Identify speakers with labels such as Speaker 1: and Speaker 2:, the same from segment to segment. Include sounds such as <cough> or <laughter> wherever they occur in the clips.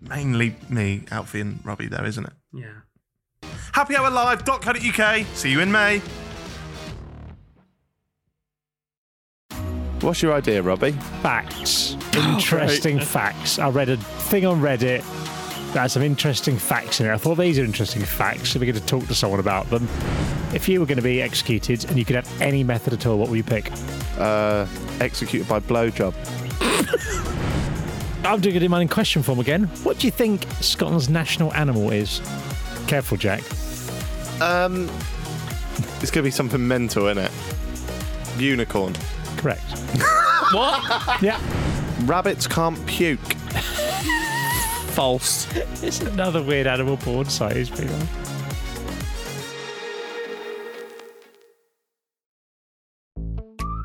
Speaker 1: Mainly me, Alfie, and Robbie, though, isn't it?
Speaker 2: Yeah.
Speaker 1: happyhourlive.co.uk. See you in May.
Speaker 3: What's your idea, Robbie? <gasps>
Speaker 4: Facts. Interesting facts. I read a thing on Reddit that had some interesting facts in it. I thought these are interesting facts. So we going to talk to someone about them. If you were going to be executed and you could have any method at all, what would you pick?
Speaker 3: Uh, executed by blowjob.
Speaker 4: I'm doing a demanding question form again. What do you think Scotland's national animal is? Careful, Jack.
Speaker 3: Um, it's gonna be something mental, isn't it? Unicorn.
Speaker 4: Correct.
Speaker 3: <laughs>
Speaker 2: What?
Speaker 4: Yeah.
Speaker 3: Rabbits can't puke.
Speaker 2: False.
Speaker 4: It's another weird animal porn site. It's pretty nice.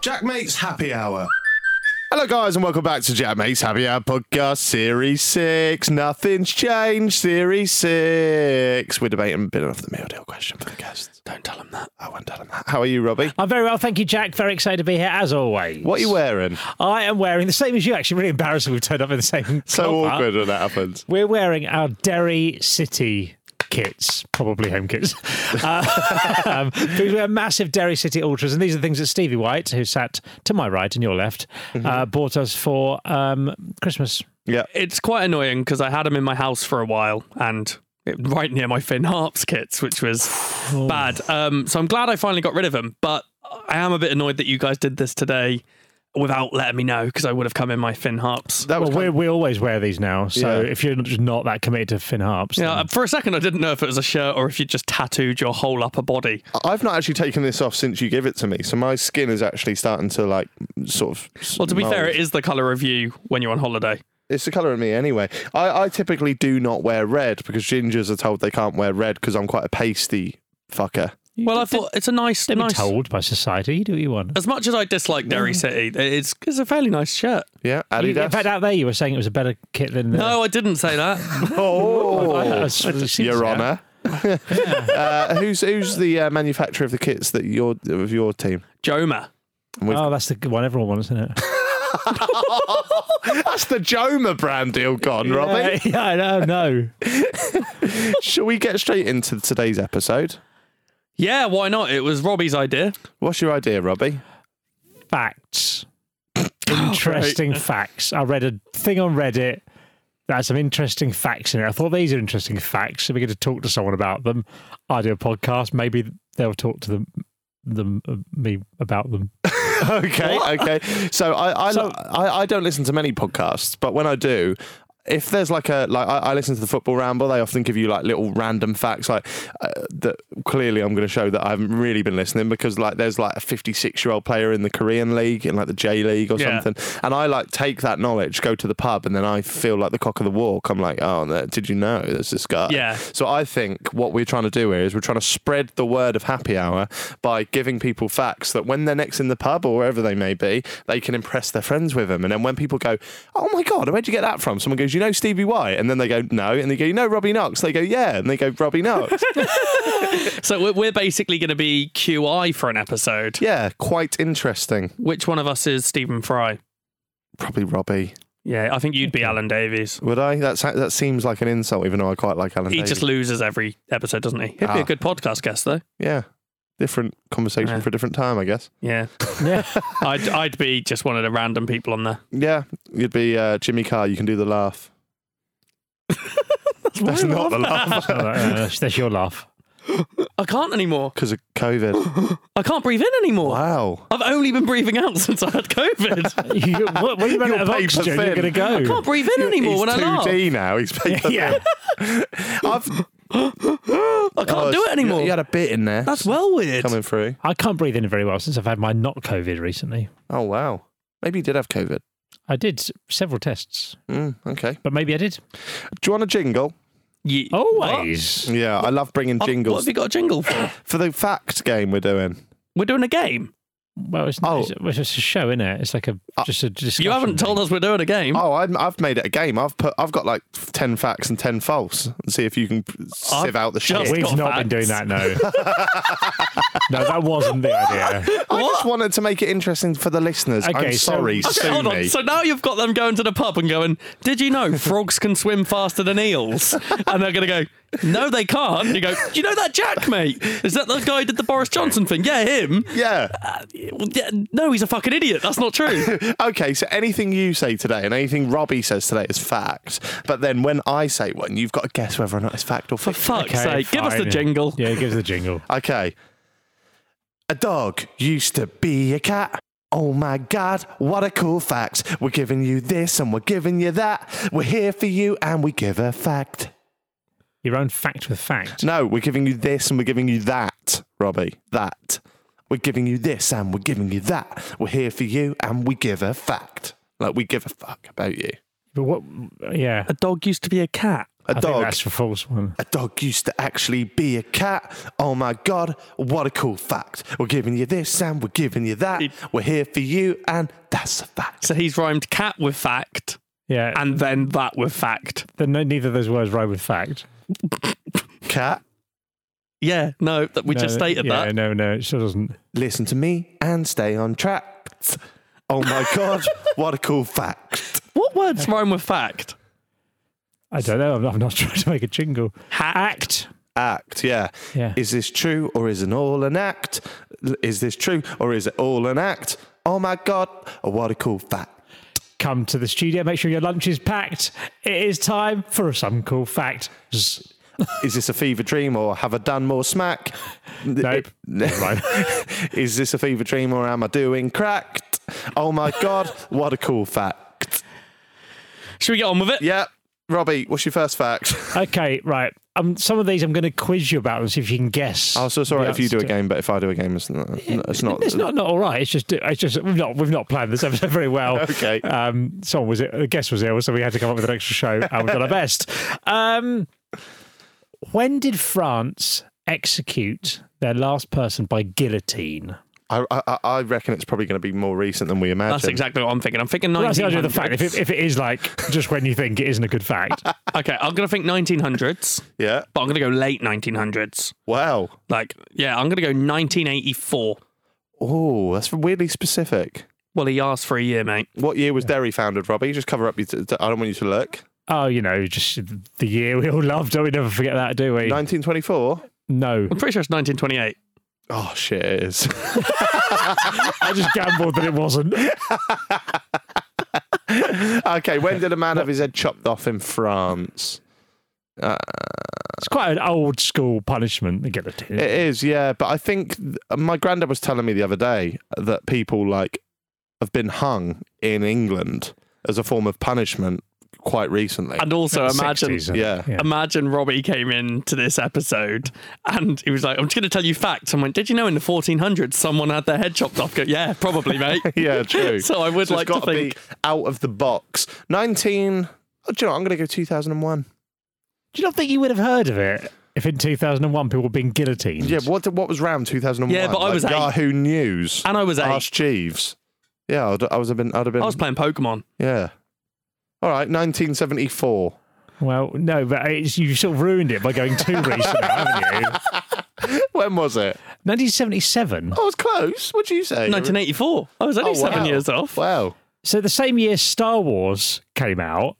Speaker 3: Jack Mate's Happy Hour. Hello, guys, and welcome back to Jack Mate's Happy Hour podcast, Series 6. Nothing's changed, Series 6. We're debating a bit of the meal deal question for the guests. Don't tell them that. I won't tell them that. How are you, Robbie?
Speaker 4: I'm Uh, very well, thank you, Jack. Very excited to be here as always.
Speaker 3: What are you wearing?
Speaker 4: I am wearing the same as you. Actually, really embarrassing. We've turned up in the same.
Speaker 3: So
Speaker 4: colour.
Speaker 3: awkward when that happens.
Speaker 4: We're wearing our Derry City kits, probably home
Speaker 3: <laughs>
Speaker 4: kits. Uh, um, because we're massive Derry City ultras, and these are the things that Stevie White, who sat to my right and your left,
Speaker 3: Mm-hmm.
Speaker 4: uh, bought us for um, Christmas.
Speaker 3: Yeah.
Speaker 2: It's quite annoying because I had them in my house for a while and it, right near my Finn Harps kits, which was bad. Um, so I'm glad I finally got rid of them, but I am a bit annoyed that you guys did this today without letting me know because I would have come in my Finn Harps.
Speaker 3: That was
Speaker 4: Well,
Speaker 3: kind
Speaker 4: we we always wear these now, so
Speaker 3: Yeah.
Speaker 4: if you're just not that committed to Finn Harps,
Speaker 2: Yeah, Uh, for a second I didn't know if it was a shirt or if you just tattooed your whole upper body.
Speaker 3: I've not actually taken this off since you give it to me, so my skin is actually starting to like sort of.
Speaker 2: Well, to be fair,
Speaker 3: mould.
Speaker 2: it is the colour of you when you're on holiday.
Speaker 3: it's the colour of me anyway. I, I typically do not wear red because gingers are told they can't wear red because I'm quite a pasty fucker.
Speaker 2: Well, I thought it's a nice,
Speaker 4: they've
Speaker 2: nice.
Speaker 4: been told by society, you do what you want.
Speaker 2: As much as I dislike Derry City, it's it's a fairly nice shirt.
Speaker 3: Yeah,
Speaker 4: You,
Speaker 3: Adidas.
Speaker 4: in fact, out there, you were saying it was a better kit than the,
Speaker 2: No, I didn't say that.
Speaker 3: oh,
Speaker 4: <laughs> I- I was- I was-
Speaker 3: Your
Speaker 4: uh, yeah. <laughs>
Speaker 3: Honour. <laughs> uh, who's who's the uh, manufacturer of the kits that your of your team? <laughs>
Speaker 2: Joma.
Speaker 4: Oh, that's the one everyone wants, isn't it?
Speaker 3: That's the Joma brand deal gone, Robbie.
Speaker 4: <laughs> Yeah, I know. No,
Speaker 3: Shall we get straight into today's episode?
Speaker 2: Yeah, why not? It was Robbie's idea.
Speaker 3: What's your idea, Robbie?
Speaker 4: <laughs> facts. Interesting facts. I read a thing on Reddit that had some interesting facts in it. I thought these are interesting facts. So we're going to talk to someone about them. I do a podcast. Maybe they'll talk to them, them uh, me about them.
Speaker 3: <laughs> Okay, okay. So I I, lo- I I don't listen to many podcasts, but when I do, if there's like a like I, I listen to the football ramble they often give you like little random facts like uh, that clearly i'm going to show that i haven't really been listening because like there's like a 56 year old player in the korean league in like the j league or
Speaker 2: Yeah.
Speaker 3: something and i like take that knowledge go to the pub and then i feel like the cock of the walk i'm like oh no, did you know there's this guy
Speaker 2: Yeah.
Speaker 3: so i think what we're trying to do here is we're trying to spread the word of happy hour by giving people facts that when they're next in the pub or wherever they may be they can impress their friends with them and then when people go oh my god where'd you get that from someone goes you know stevie y and then they go no and they go you know robbie knox they go yeah and they go
Speaker 2: <laughs>
Speaker 3: robbie knox
Speaker 2: So we're, we're basically going to be QI for an episode.
Speaker 3: yeah quite interesting
Speaker 2: Which one of us is Stephen Fry?
Speaker 3: probably robbie
Speaker 2: Yeah, I think you'd be Alan Davies.
Speaker 3: would i that's that seems like an insult even though i quite like alan
Speaker 2: He
Speaker 3: Davies.
Speaker 2: just loses every episode, doesn't he? He'd be
Speaker 3: Ah.
Speaker 2: a good podcast guest, though.
Speaker 3: yeah different conversation
Speaker 2: Yeah.
Speaker 3: for a different time i guess
Speaker 2: <laughs> Yeah.
Speaker 4: <laughs> <laughs> Yeah.
Speaker 2: I'd, I'd be just one of the random people on there.
Speaker 3: Yeah, you'd be uh, Jimmy Carr. You can do the laugh.
Speaker 2: <laughs>
Speaker 3: That's not the laugh <laughs>
Speaker 4: No, no, no, no, uh, that's your laugh.
Speaker 2: I can't anymore.
Speaker 3: because of COVID.
Speaker 2: <gasps> I can't breathe in anymore.
Speaker 3: Wow.
Speaker 2: I've only been breathing out <laughs> since I had <laughs> COVID.
Speaker 4: <laughs> You, what, what are you meant to have
Speaker 3: paper
Speaker 4: oxygen?
Speaker 3: thin.
Speaker 4: You're going to go.
Speaker 2: I
Speaker 4: <laughs>
Speaker 2: can't breathe in anymore
Speaker 3: He's
Speaker 2: when I laugh.
Speaker 3: 2D now.
Speaker 2: <laughs>
Speaker 3: He's paper
Speaker 4: Yeah.
Speaker 3: thin. I've,
Speaker 2: <gasps>
Speaker 3: Oh,
Speaker 2: I can't do it anymore.
Speaker 3: You had a bit in there.
Speaker 2: That's well weird.
Speaker 3: coming through.
Speaker 4: I can't breathe in very well since I've had my not COVID recently.
Speaker 3: Oh wow. Maybe you did have COVID.
Speaker 4: I did s- several tests,
Speaker 3: Mm, okay.
Speaker 4: but maybe I did.
Speaker 3: Do you want a jingle?
Speaker 2: Ye-
Speaker 4: Always.
Speaker 3: Yeah, I love bringing
Speaker 2: What? What
Speaker 3: jingles
Speaker 2: have you got a jingle <sighs> for?
Speaker 3: for the fact game we're doing.
Speaker 2: We're doing a game.
Speaker 4: Well, it's,
Speaker 3: Oh.
Speaker 4: oh. Uh, it's, it's a show, isn't it? It's like a just a discussion.
Speaker 2: You haven't told us we're doing a game.
Speaker 3: Oh, I'm, I've made it a game. I've put I've got like ten facts and ten false. And see if you can sieve out the shit.
Speaker 2: just
Speaker 4: We've
Speaker 2: got
Speaker 4: not been doing
Speaker 2: facts.
Speaker 4: that.
Speaker 2: <laughs>
Speaker 4: No. no, that wasn't the idea.
Speaker 3: I just wanted to make it interesting for the listeners. I'm
Speaker 4: Okay, so-
Speaker 3: sorry,
Speaker 2: Okay,
Speaker 3: sue
Speaker 2: hold on.
Speaker 3: me.
Speaker 2: So now you've got them going to the pub and going, Did you know frogs can swim faster than eels? And they're going to go, No, they can't. You go, Do you know that Jack, mate? Is that the guy who did the Boris Johnson thing? Yeah, him.
Speaker 3: yeah.
Speaker 2: Uh, well, yeah, no, he's a fucking idiot. That's not true.
Speaker 3: Okay, so anything you say today and anything Robbie says today is fact. But then when I say one, you've got to guess whether or not it's fact or <laughs>
Speaker 2: For
Speaker 3: fiction.
Speaker 2: fuck's sake, give us the
Speaker 4: fine.
Speaker 2: jingle.
Speaker 4: Yeah, give us the jingle.
Speaker 3: Okay. A dog used to be a cat. Oh my god, what a cool fact. We're giving you this and we're giving you that. We're here for you and we give a fact.
Speaker 4: Your own fact with fact.
Speaker 3: No, we're giving you this and we're giving you that, Robbie. That. We're giving you this and we're giving you that. We're here for you and we give a fact. Like we give a fuck about you.
Speaker 4: But what? Yeah.
Speaker 2: A dog used to be a cat.
Speaker 3: A
Speaker 4: I think
Speaker 3: dog.
Speaker 4: that's a false one.
Speaker 3: A dog used to actually be a cat. Oh my god, what a cool fact. We're giving you this and we're giving you that. We're here for you and that's a fact.
Speaker 2: So he's rhymed cat with fact
Speaker 4: Yeah. And
Speaker 2: and then that with fact.
Speaker 4: then no, neither of those words rhyme with fact.
Speaker 3: Cat,
Speaker 2: Yeah, no, that we
Speaker 4: No,
Speaker 2: just stated
Speaker 4: yeah,
Speaker 2: that.
Speaker 4: No, no, it still doesn't.
Speaker 3: listen to me and stay on track. Oh my
Speaker 4: <laughs>
Speaker 3: god, what a cool fact.
Speaker 2: What words rhyme with fact?
Speaker 4: I don't know. I'm not, I'm not <laughs> trying to make a jingle.
Speaker 2: Hacked.
Speaker 3: Act, yeah.
Speaker 4: Yeah.
Speaker 3: Is this true or is it all an act? L- Is this true or is it all an act? Oh my god, what a cool fact.
Speaker 4: Come to the studio. Make sure your lunch is packed. It is time for some cool fact. Zzz.
Speaker 3: Is this a fever dream or have I done more smack? <laughs>
Speaker 2: <laughs>
Speaker 4: Nope. Never mind.
Speaker 3: Is this a fever dream or am I doing cracked? Oh my god, what a cool fact.
Speaker 2: Should we get on with it?
Speaker 3: Yeah, Robbie, what's your first <laughs> fact?
Speaker 4: okay, right. Um, some of these I'm going to quiz you about and see if you can guess.
Speaker 3: Oh, so it's all right
Speaker 4: the
Speaker 3: if you do
Speaker 4: answer
Speaker 3: a
Speaker 4: to-
Speaker 3: game, but if I do a game, it's not. It's not.
Speaker 4: It's not not all right. It's just it's just we've not we've not planned this episode very well.
Speaker 3: Okay.
Speaker 4: Um, someone was a guest was ill, so we had to come up with an extra show, and we've done our best. Um, when did France execute their last person by guillotine?
Speaker 3: I, I, I- I reckon it's probably going to be more recent than we imagine.
Speaker 2: That's exactly what I'm thinking. I'm thinking
Speaker 4: Well, that's the
Speaker 2: 1900s.
Speaker 4: idea of the fact. If it, if it is like just when you think it isn't a good fact,
Speaker 2: okay, I'm going to think 1900s,
Speaker 3: Yeah.
Speaker 2: but I'm going to go late 1900s.
Speaker 3: Wow.
Speaker 2: Like, yeah, I'm going to go 1984.
Speaker 3: Oh, that's weirdly specific.
Speaker 2: Well, he asked for a year, mate.
Speaker 3: What year was Derry founded, Robbie? Just cover up. Your t- t- I don't want you to look.
Speaker 4: oh, you know, just the year we all loved. Oh, we never forget that, do we?
Speaker 3: 1924.
Speaker 4: No,
Speaker 2: I'm pretty sure it's 1928.
Speaker 3: Oh shit, it is. <laughs>
Speaker 4: I just gambled that it wasn't.
Speaker 3: okay, when did a man have his head chopped off in France?
Speaker 4: It's quite an old school punishment, the guillotine.
Speaker 3: It is, yeah. But I think th- my granddad was telling me the other day that people like have been hung in England as a form of punishment quite recently.
Speaker 2: And also imagine
Speaker 4: 60s,
Speaker 3: yeah.
Speaker 4: yeah.
Speaker 2: Imagine Robbie came in to this episode and he was like, I'm just going to tell you facts. I went, Did you know in the 1400s someone had their head chopped off? Go, yeah, probably, mate. <laughs>
Speaker 3: Yeah, true.
Speaker 2: So I would
Speaker 3: it's
Speaker 2: like to
Speaker 3: gotta be
Speaker 2: think-
Speaker 3: out of the box. Nineteen. Oh, do you know? What? I'm going to go 2001.
Speaker 4: Do you not think you would have heard of it if in 2001 people were being guillotined?
Speaker 3: Yeah. What what was round 2001?
Speaker 2: Yeah, but I
Speaker 3: Like
Speaker 2: was eight.
Speaker 3: Yahoo News.
Speaker 2: And I was eight.
Speaker 3: Ask Jeeves. Yeah, I'd, I was have been. I'd have
Speaker 2: I
Speaker 3: been.
Speaker 2: was playing Pokemon.
Speaker 3: yeah. All right, 1974.
Speaker 4: Well, no, but it's, you sort of ruined it by going <laughs> too recent, haven't you?
Speaker 3: <laughs> When was it?
Speaker 4: 1977.
Speaker 3: I was close. What'd you say?
Speaker 2: 1984. I was only
Speaker 3: Oh,
Speaker 2: seven
Speaker 3: wow.
Speaker 2: years off.
Speaker 3: Wow.
Speaker 4: So the same year Star Wars came out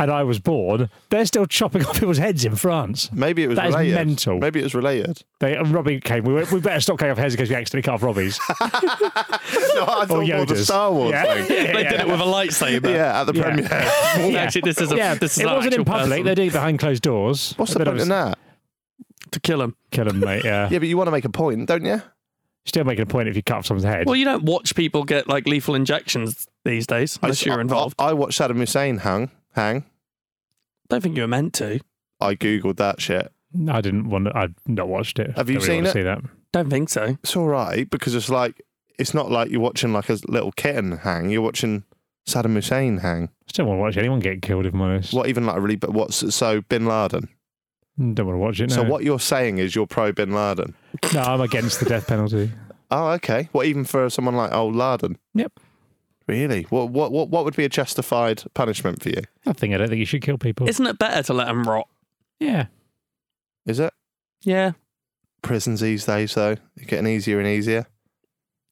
Speaker 4: and I was born, they're still chopping <laughs> off people's heads in France.
Speaker 3: Maybe it was
Speaker 4: That is
Speaker 3: related.
Speaker 4: mental.
Speaker 3: Maybe it was related. <laughs>
Speaker 4: They, and Robbie came. We, went, we better stop cutting off heads in case we accidentally cut off Robbie's.
Speaker 3: No, <laughs> I thought
Speaker 4: Or
Speaker 3: more the
Speaker 4: Yoda's.
Speaker 3: Star Wars
Speaker 4: Oh, Yeah.
Speaker 3: thing.
Speaker 4: <laughs> Yeah,
Speaker 2: They
Speaker 4: yeah.
Speaker 2: did it with a lightsaber.
Speaker 3: <laughs> Yeah, at the
Speaker 4: Yeah. <laughs>
Speaker 3: premiere.
Speaker 4: Yeah.
Speaker 2: Actually, this is a
Speaker 4: yeah,
Speaker 2: this is
Speaker 4: it
Speaker 2: an
Speaker 4: wasn't in
Speaker 2: actual
Speaker 4: public.
Speaker 2: person.
Speaker 4: They do it behind closed doors.
Speaker 3: What's the
Speaker 4: But I
Speaker 3: point
Speaker 4: was-
Speaker 3: in that?
Speaker 2: to kill him.
Speaker 4: Kill him, mate. Yeah.
Speaker 3: Yeah, but you want to make a point, don't you?
Speaker 4: Still making a point if you cut off someone's head.
Speaker 2: Well, you don't watch people get like lethal injections these days unless
Speaker 3: I-
Speaker 2: you're involved.
Speaker 3: I, I watched Saddam Hussein hang. Hang.
Speaker 2: I don't think you were meant to.
Speaker 3: I googled that shit.
Speaker 4: I didn't want. To, I've not watched it.
Speaker 3: Have you
Speaker 4: Don't really
Speaker 3: seen
Speaker 4: want to
Speaker 3: it?
Speaker 4: See that?
Speaker 2: Don't think so.
Speaker 3: It's all right because it's like it's not like you're watching like a little kitten hang. You're watching Saddam Hussein hang.
Speaker 4: Still want to watch anyone get killed if I'm honest.
Speaker 3: What even like really? But what's so Bin Laden?
Speaker 4: Don't want to watch it. No.
Speaker 3: So what you're saying is you're pro Bin Laden.
Speaker 4: No, I'm against the death penalty.
Speaker 3: Oh, okay. What even for someone like old Laden?
Speaker 4: Yep.
Speaker 3: Really? What what what what would be a justified punishment for you?
Speaker 4: Nothing. I don't think you should kill people.
Speaker 2: Isn't it better to let them rot?
Speaker 4: yeah.
Speaker 3: Is it
Speaker 2: Yeah.
Speaker 3: prisons these days though? It's getting easier and easier.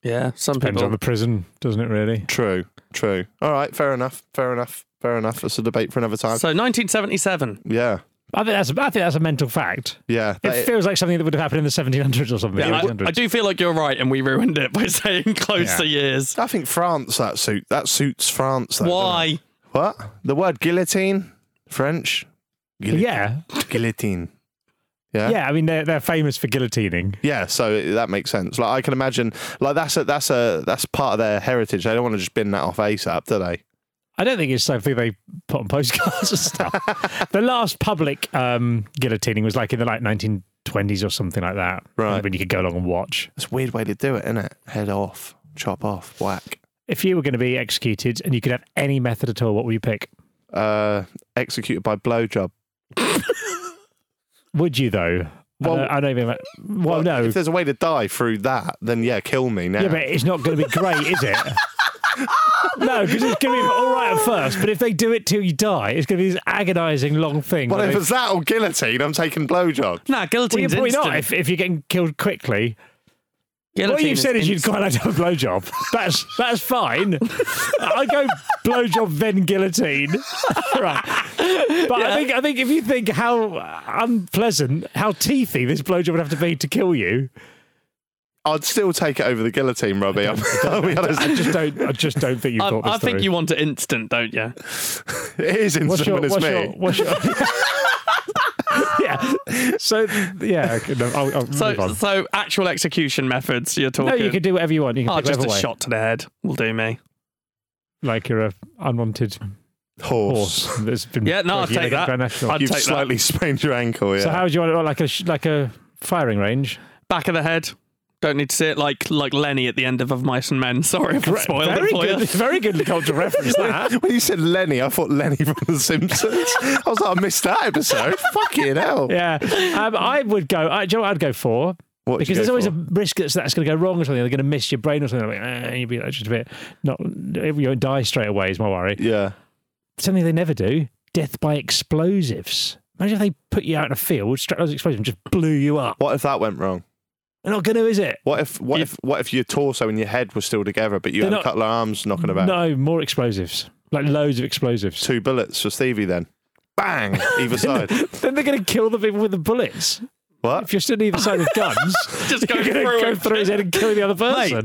Speaker 2: Yeah. Some
Speaker 4: Depends on
Speaker 2: people.
Speaker 4: the prison, doesn't it? Really.
Speaker 3: True. True. All right. Fair enough. Fair enough. Fair enough. It's a debate for another time.
Speaker 2: So 1977.
Speaker 3: yeah.
Speaker 4: I think that's. I think that's a mental fact.
Speaker 3: Yeah.
Speaker 4: It
Speaker 3: that-
Speaker 4: feels like something that would have happened in the 1700s or something.
Speaker 2: Yeah, I,
Speaker 4: 1800s.
Speaker 2: I do feel like you're right, and we ruined it by <laughs> saying close
Speaker 4: Yeah.
Speaker 2: to years.
Speaker 3: I think France that suit that suits France. Though, doesn't it?
Speaker 2: Why?
Speaker 3: What the word guillotine? French? Guillo-
Speaker 4: Yeah.
Speaker 3: Guillotine. Yeah.
Speaker 4: Yeah. I mean, they're they're famous for guillotining.
Speaker 3: Yeah, so it- that makes sense. Like I can imagine, like that's a that's a that's part of their heritage. They don't want to just bin that off ASAP, do they?
Speaker 4: I don't think it's something they put on postcards
Speaker 3: <laughs>
Speaker 4: and stuff. the last public um, guillotining was like in the like 1920s or something like that.
Speaker 3: Right.
Speaker 4: When you could go along and watch.
Speaker 3: It's a weird way to do it, isn't it? Head off, chop off, whack.
Speaker 4: If you were going to be executed and you could have any method at all, what would you pick?
Speaker 3: Uh, executed by blowjob.
Speaker 4: Would you though?
Speaker 3: Well-
Speaker 4: Well, I don't, I don't even. Well, Oh, no.
Speaker 3: If there's a way to die through that, then yeah, kill me now.
Speaker 4: Yeah, but it's not going to be great,
Speaker 3: <laughs>
Speaker 4: is it? No, because it's going to be all right at first, but if they do it till you die, it's going to be this agonising long thing.
Speaker 3: well,
Speaker 4: where
Speaker 3: if
Speaker 4: they-
Speaker 3: it's that or guillotine, I'm taking blowjob.
Speaker 2: Nah,
Speaker 4: well, you're
Speaker 2: guillotine's
Speaker 4: probably
Speaker 2: instant.
Speaker 4: not if, if you're getting killed quickly. What
Speaker 2: Guillotine
Speaker 4: you said is you'd
Speaker 2: instant.
Speaker 4: quite like to have a blowjob. That's that's fine. I go blowjob then guillotine. <laughs> right. But I think I think if you think how unpleasant, how teethy this blowjob would have to be to kill you,
Speaker 3: I'd still take it over the guillotine, Robbie. I'm, <laughs> I'll be honest.
Speaker 4: <laughs> I just don't I just don't think you
Speaker 2: I,
Speaker 4: thought this
Speaker 2: I think
Speaker 4: through.
Speaker 2: you want it instant, don't you?
Speaker 3: It is instant
Speaker 4: what's your,
Speaker 3: when it's
Speaker 4: what's
Speaker 3: me.
Speaker 4: your what's your <laughs> Yeah. So yeah, okay, no, I'll, I'll move
Speaker 2: So,
Speaker 4: on.
Speaker 2: so actual execution methods. You're talking.
Speaker 4: No, you can do whatever you want. You can
Speaker 2: oh,
Speaker 4: pick
Speaker 2: just a
Speaker 4: whatever way.
Speaker 2: shot to the head will do me.
Speaker 4: Like you're a unwanted
Speaker 3: Horse.
Speaker 4: horse <laughs> that's been
Speaker 2: Yeah, no, I'll
Speaker 4: working in
Speaker 2: take
Speaker 4: the
Speaker 2: that.
Speaker 4: Grand National.
Speaker 2: I'd
Speaker 3: You've
Speaker 2: take
Speaker 3: slightly <laughs> sprained your ankle, yeah.
Speaker 4: So how would you want it? Well, Like a sh- like a firing range.
Speaker 2: that. Back of the head. Don't need to see it like like Lenny at the end of Of Mice and Men. <laughs> Sorry if I spoiled
Speaker 4: very
Speaker 2: it for
Speaker 4: good,
Speaker 2: you.
Speaker 4: <laughs> very
Speaker 3: <laughs>
Speaker 4: good cultural reference. That
Speaker 3: when you said Lenny, I thought Lenny from The
Speaker 4: <laughs>
Speaker 3: Simpsons. I was like, I missed that episode. Fucking hell.
Speaker 4: yeah, um, I would go. I, do you know what I'd go for?
Speaker 3: What would you
Speaker 4: because there's
Speaker 3: go
Speaker 4: always
Speaker 3: for?
Speaker 4: a risk that's, that's going to go wrong or something. They're going to miss your brain or something. Like, eh, you'd be like, just a bit not. You won't die straight away is my worry.
Speaker 3: Yeah.
Speaker 4: Something they never do: death by explosives. Imagine if they put you out in a field, strapped those explosives, and just blew you up.
Speaker 3: What if that went wrong?
Speaker 4: They're not going to, is it?
Speaker 3: What if what if what if your torso and your head were still together, but you
Speaker 4: They're
Speaker 3: had a
Speaker 4: not-
Speaker 3: couple of arms knocking about?
Speaker 4: No, more explosives, like loads of explosives. <laughs>
Speaker 3: Two bullets for Stevie then. Bang! Either side.
Speaker 4: then they're going to kill the people with the bullets.
Speaker 3: What?
Speaker 4: If you're stood either side of guns,
Speaker 2: <laughs> Just go
Speaker 4: you're gonna
Speaker 2: through
Speaker 4: go
Speaker 2: it.
Speaker 4: through his head and kill the other person.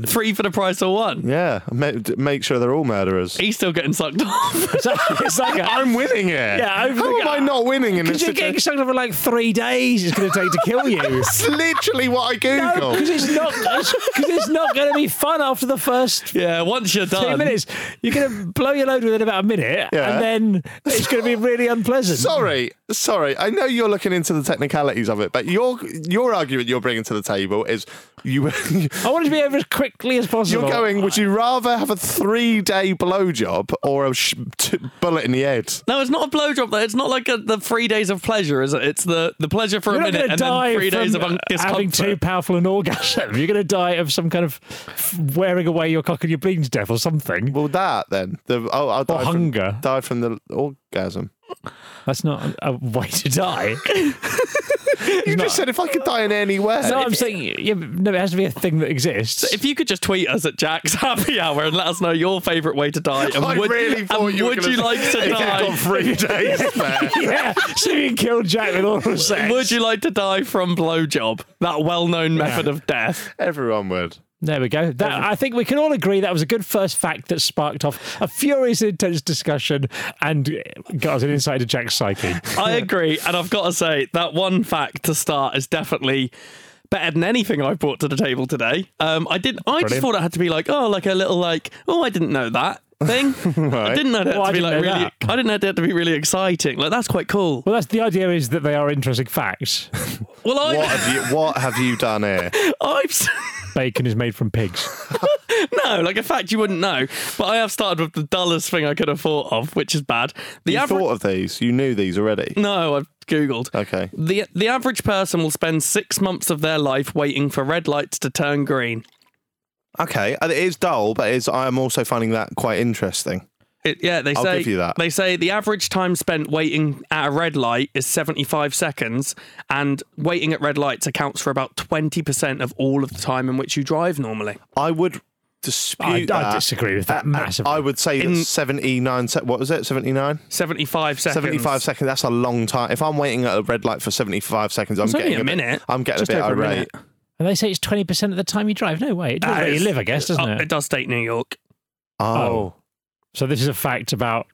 Speaker 2: <laughs> Mate, three for the price of one.
Speaker 3: Yeah, ma- d- make sure they're all murderers.
Speaker 2: He's still getting sucked <laughs> off.
Speaker 4: It's like- it's
Speaker 2: <laughs>
Speaker 4: like a-
Speaker 3: I'm winning it.
Speaker 4: Yeah, over
Speaker 3: How
Speaker 4: the-
Speaker 3: am I not winning in this
Speaker 4: Because you're
Speaker 3: situation?
Speaker 4: getting sucked up for like three days. It's going to take to
Speaker 2: <laughs>
Speaker 4: kill you.
Speaker 3: It's literally what I
Speaker 4: No,
Speaker 3: Googled.
Speaker 4: because it's not. Because it's not going to be fun after the first.
Speaker 2: yeah, once you're
Speaker 4: Three
Speaker 2: done.
Speaker 4: minutes. You're going to blow your load within about a minute,
Speaker 3: Yeah.
Speaker 4: and then it's going
Speaker 2: <laughs>
Speaker 4: to be really unpleasant.
Speaker 3: Sorry,
Speaker 4: Mm-hmm.
Speaker 3: sorry. I know you're looking into the technicalities of it, but your your argument you're bringing to the table is you <laughs>
Speaker 4: I want it to be over as quickly as
Speaker 3: you're
Speaker 4: possible.
Speaker 3: going. Would you rather have a three day blowjob or a sh- t- bullet in the head?
Speaker 2: No, it's not a blowjob though. It's not like a, the three days of pleasure, is it? It's the, the pleasure for
Speaker 4: You're
Speaker 2: a
Speaker 4: not
Speaker 2: minute
Speaker 4: going to
Speaker 2: and then
Speaker 4: die
Speaker 2: three days of
Speaker 4: from uh,
Speaker 2: un-
Speaker 4: having
Speaker 2: discomfort.
Speaker 4: too powerful an orgasm. You're going to die of some kind of f- wearing away your cock and your bleedings death or something.
Speaker 3: Well, that then. The oh, I'll die
Speaker 4: hunger.
Speaker 3: From, die from the orgasm.
Speaker 4: That's not a way to <laughs> die.
Speaker 3: You just said if I could die in any way.
Speaker 4: no,
Speaker 3: <laughs>
Speaker 4: I'm saying yeah, but no, it has to be a thing that exists.
Speaker 2: If you could just tweet us at Jack's <laughs> Happy Hour and let us know your favourite way to die, and
Speaker 3: I
Speaker 2: would,
Speaker 3: really thought
Speaker 2: and
Speaker 3: you
Speaker 2: would
Speaker 3: were
Speaker 2: you
Speaker 3: gonna
Speaker 2: like
Speaker 3: say
Speaker 2: to
Speaker 3: you've got
Speaker 4: <laughs>
Speaker 2: die?
Speaker 3: three days there.
Speaker 4: yeah, so you can kill Jack with oral sex.
Speaker 2: Would you like to die from blowjob? That well-known method of death.
Speaker 3: Everyone would.
Speaker 4: There we go. That, I think we can all agree that was a good first fact that sparked off a furious, intense discussion and got us an insight into Jack's psyche.
Speaker 2: I agree, and I've got to say that one fact to start is definitely better than anything I brought to the table today. Um, I didn't. I just
Speaker 4: Brilliant.
Speaker 2: thought it had to be like, oh, like a little like, oh, I didn't know
Speaker 3: <laughs>
Speaker 2: that thing. I didn't know that
Speaker 4: Well, I
Speaker 2: to be like
Speaker 4: didn't know
Speaker 2: really.
Speaker 4: that.
Speaker 2: I didn't know that to be really exciting. Like that's quite cool.
Speaker 4: Well, that's the idea is that they are interesting facts.
Speaker 2: Well, I,
Speaker 3: What have you? What have you done
Speaker 4: <laughs>
Speaker 3: here?
Speaker 2: <laughs> I've s- <laughs>
Speaker 4: Bacon is made from <laughs> pigs.
Speaker 2: no, like a fact you wouldn't know, but I have started with the dullest thing I could have thought of, which is bad. The
Speaker 3: You
Speaker 2: average.
Speaker 3: thought of these. You knew these
Speaker 4: Mm.
Speaker 3: already.
Speaker 2: No, I've googled.
Speaker 3: Okay.
Speaker 2: The the average person will spend six months of their life waiting for red lights to turn green.
Speaker 3: Okay, and it is dull, but it's, I'm also finding that quite interesting.
Speaker 2: It, yeah, they
Speaker 3: I'll
Speaker 2: say
Speaker 3: give you that.
Speaker 2: they say the average time spent waiting at a red light is 75 seconds, and waiting at red lights accounts for about 20% of all of the time in which you drive normally.
Speaker 3: I would dispute
Speaker 4: I,
Speaker 3: that.
Speaker 4: I disagree with that
Speaker 3: Uh, uh,
Speaker 4: massively.
Speaker 3: I would say that 79, se- what was it, 79?
Speaker 2: 75 seconds.
Speaker 3: 75 seconds, that's a long time. If I'm waiting at a red light for 75 seconds, I'm
Speaker 2: It's only
Speaker 3: getting
Speaker 2: a
Speaker 3: bit-
Speaker 2: minute.
Speaker 3: I'm getting
Speaker 2: Just
Speaker 3: a bit
Speaker 2: over a
Speaker 3: irate.
Speaker 2: minute.
Speaker 4: and they say it's 20% of the time you drive. No way. It depends
Speaker 2: Ah,
Speaker 4: where you
Speaker 2: it's-
Speaker 4: live, I guess, doesn't
Speaker 2: Oh,
Speaker 4: it?
Speaker 2: it does state New York.
Speaker 3: oh.
Speaker 4: So this is a fact about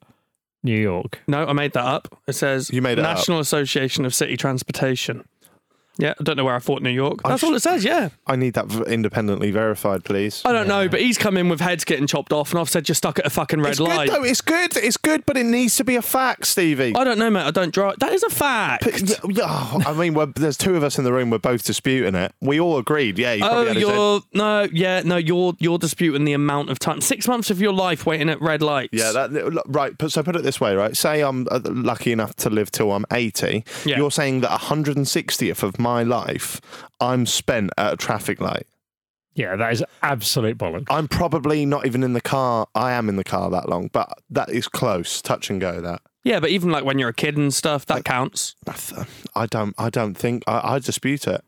Speaker 4: New York.
Speaker 2: No, I made that up. It says
Speaker 3: You made it up.
Speaker 2: National Association of City Transportation. Yeah, I don't know where I thought New York. That's
Speaker 3: sh-
Speaker 2: all it says, yeah.
Speaker 3: I need that v- independently verified, please.
Speaker 2: I don't know, but he's come in with heads getting chopped off, and I've said you're stuck at a fucking red
Speaker 3: it's
Speaker 2: light.
Speaker 3: good, though. It's good. It's good, but it needs to be a fact, Stevie.
Speaker 2: I don't know, mate. I don't drive. That is a fact.
Speaker 3: But- yeah, oh, I mean, we're, there's two of us in the room. We're both disputing it. We all agreed. Yeah, you
Speaker 2: Oh,
Speaker 3: probably had his head-
Speaker 2: you're no, yeah, no, you're you're disputing the amount of time. Six months of your life waiting at red lights.
Speaker 3: Yeah, that, look, right. But so put it this way, right? Say I'm uh, lucky enough to live till I'm 80.
Speaker 2: Yeah.
Speaker 3: You're saying that 160th of my life, I'm spent at a traffic light.
Speaker 4: Yeah, that is absolute bollocks.
Speaker 3: I'm probably not even in the car. I am in the car that long, but that is close. Touch and go. That
Speaker 2: yeah, but even like when you're a kid and stuff, that counts.
Speaker 3: I th- uh, I don't. I don't think. I, I dispute it.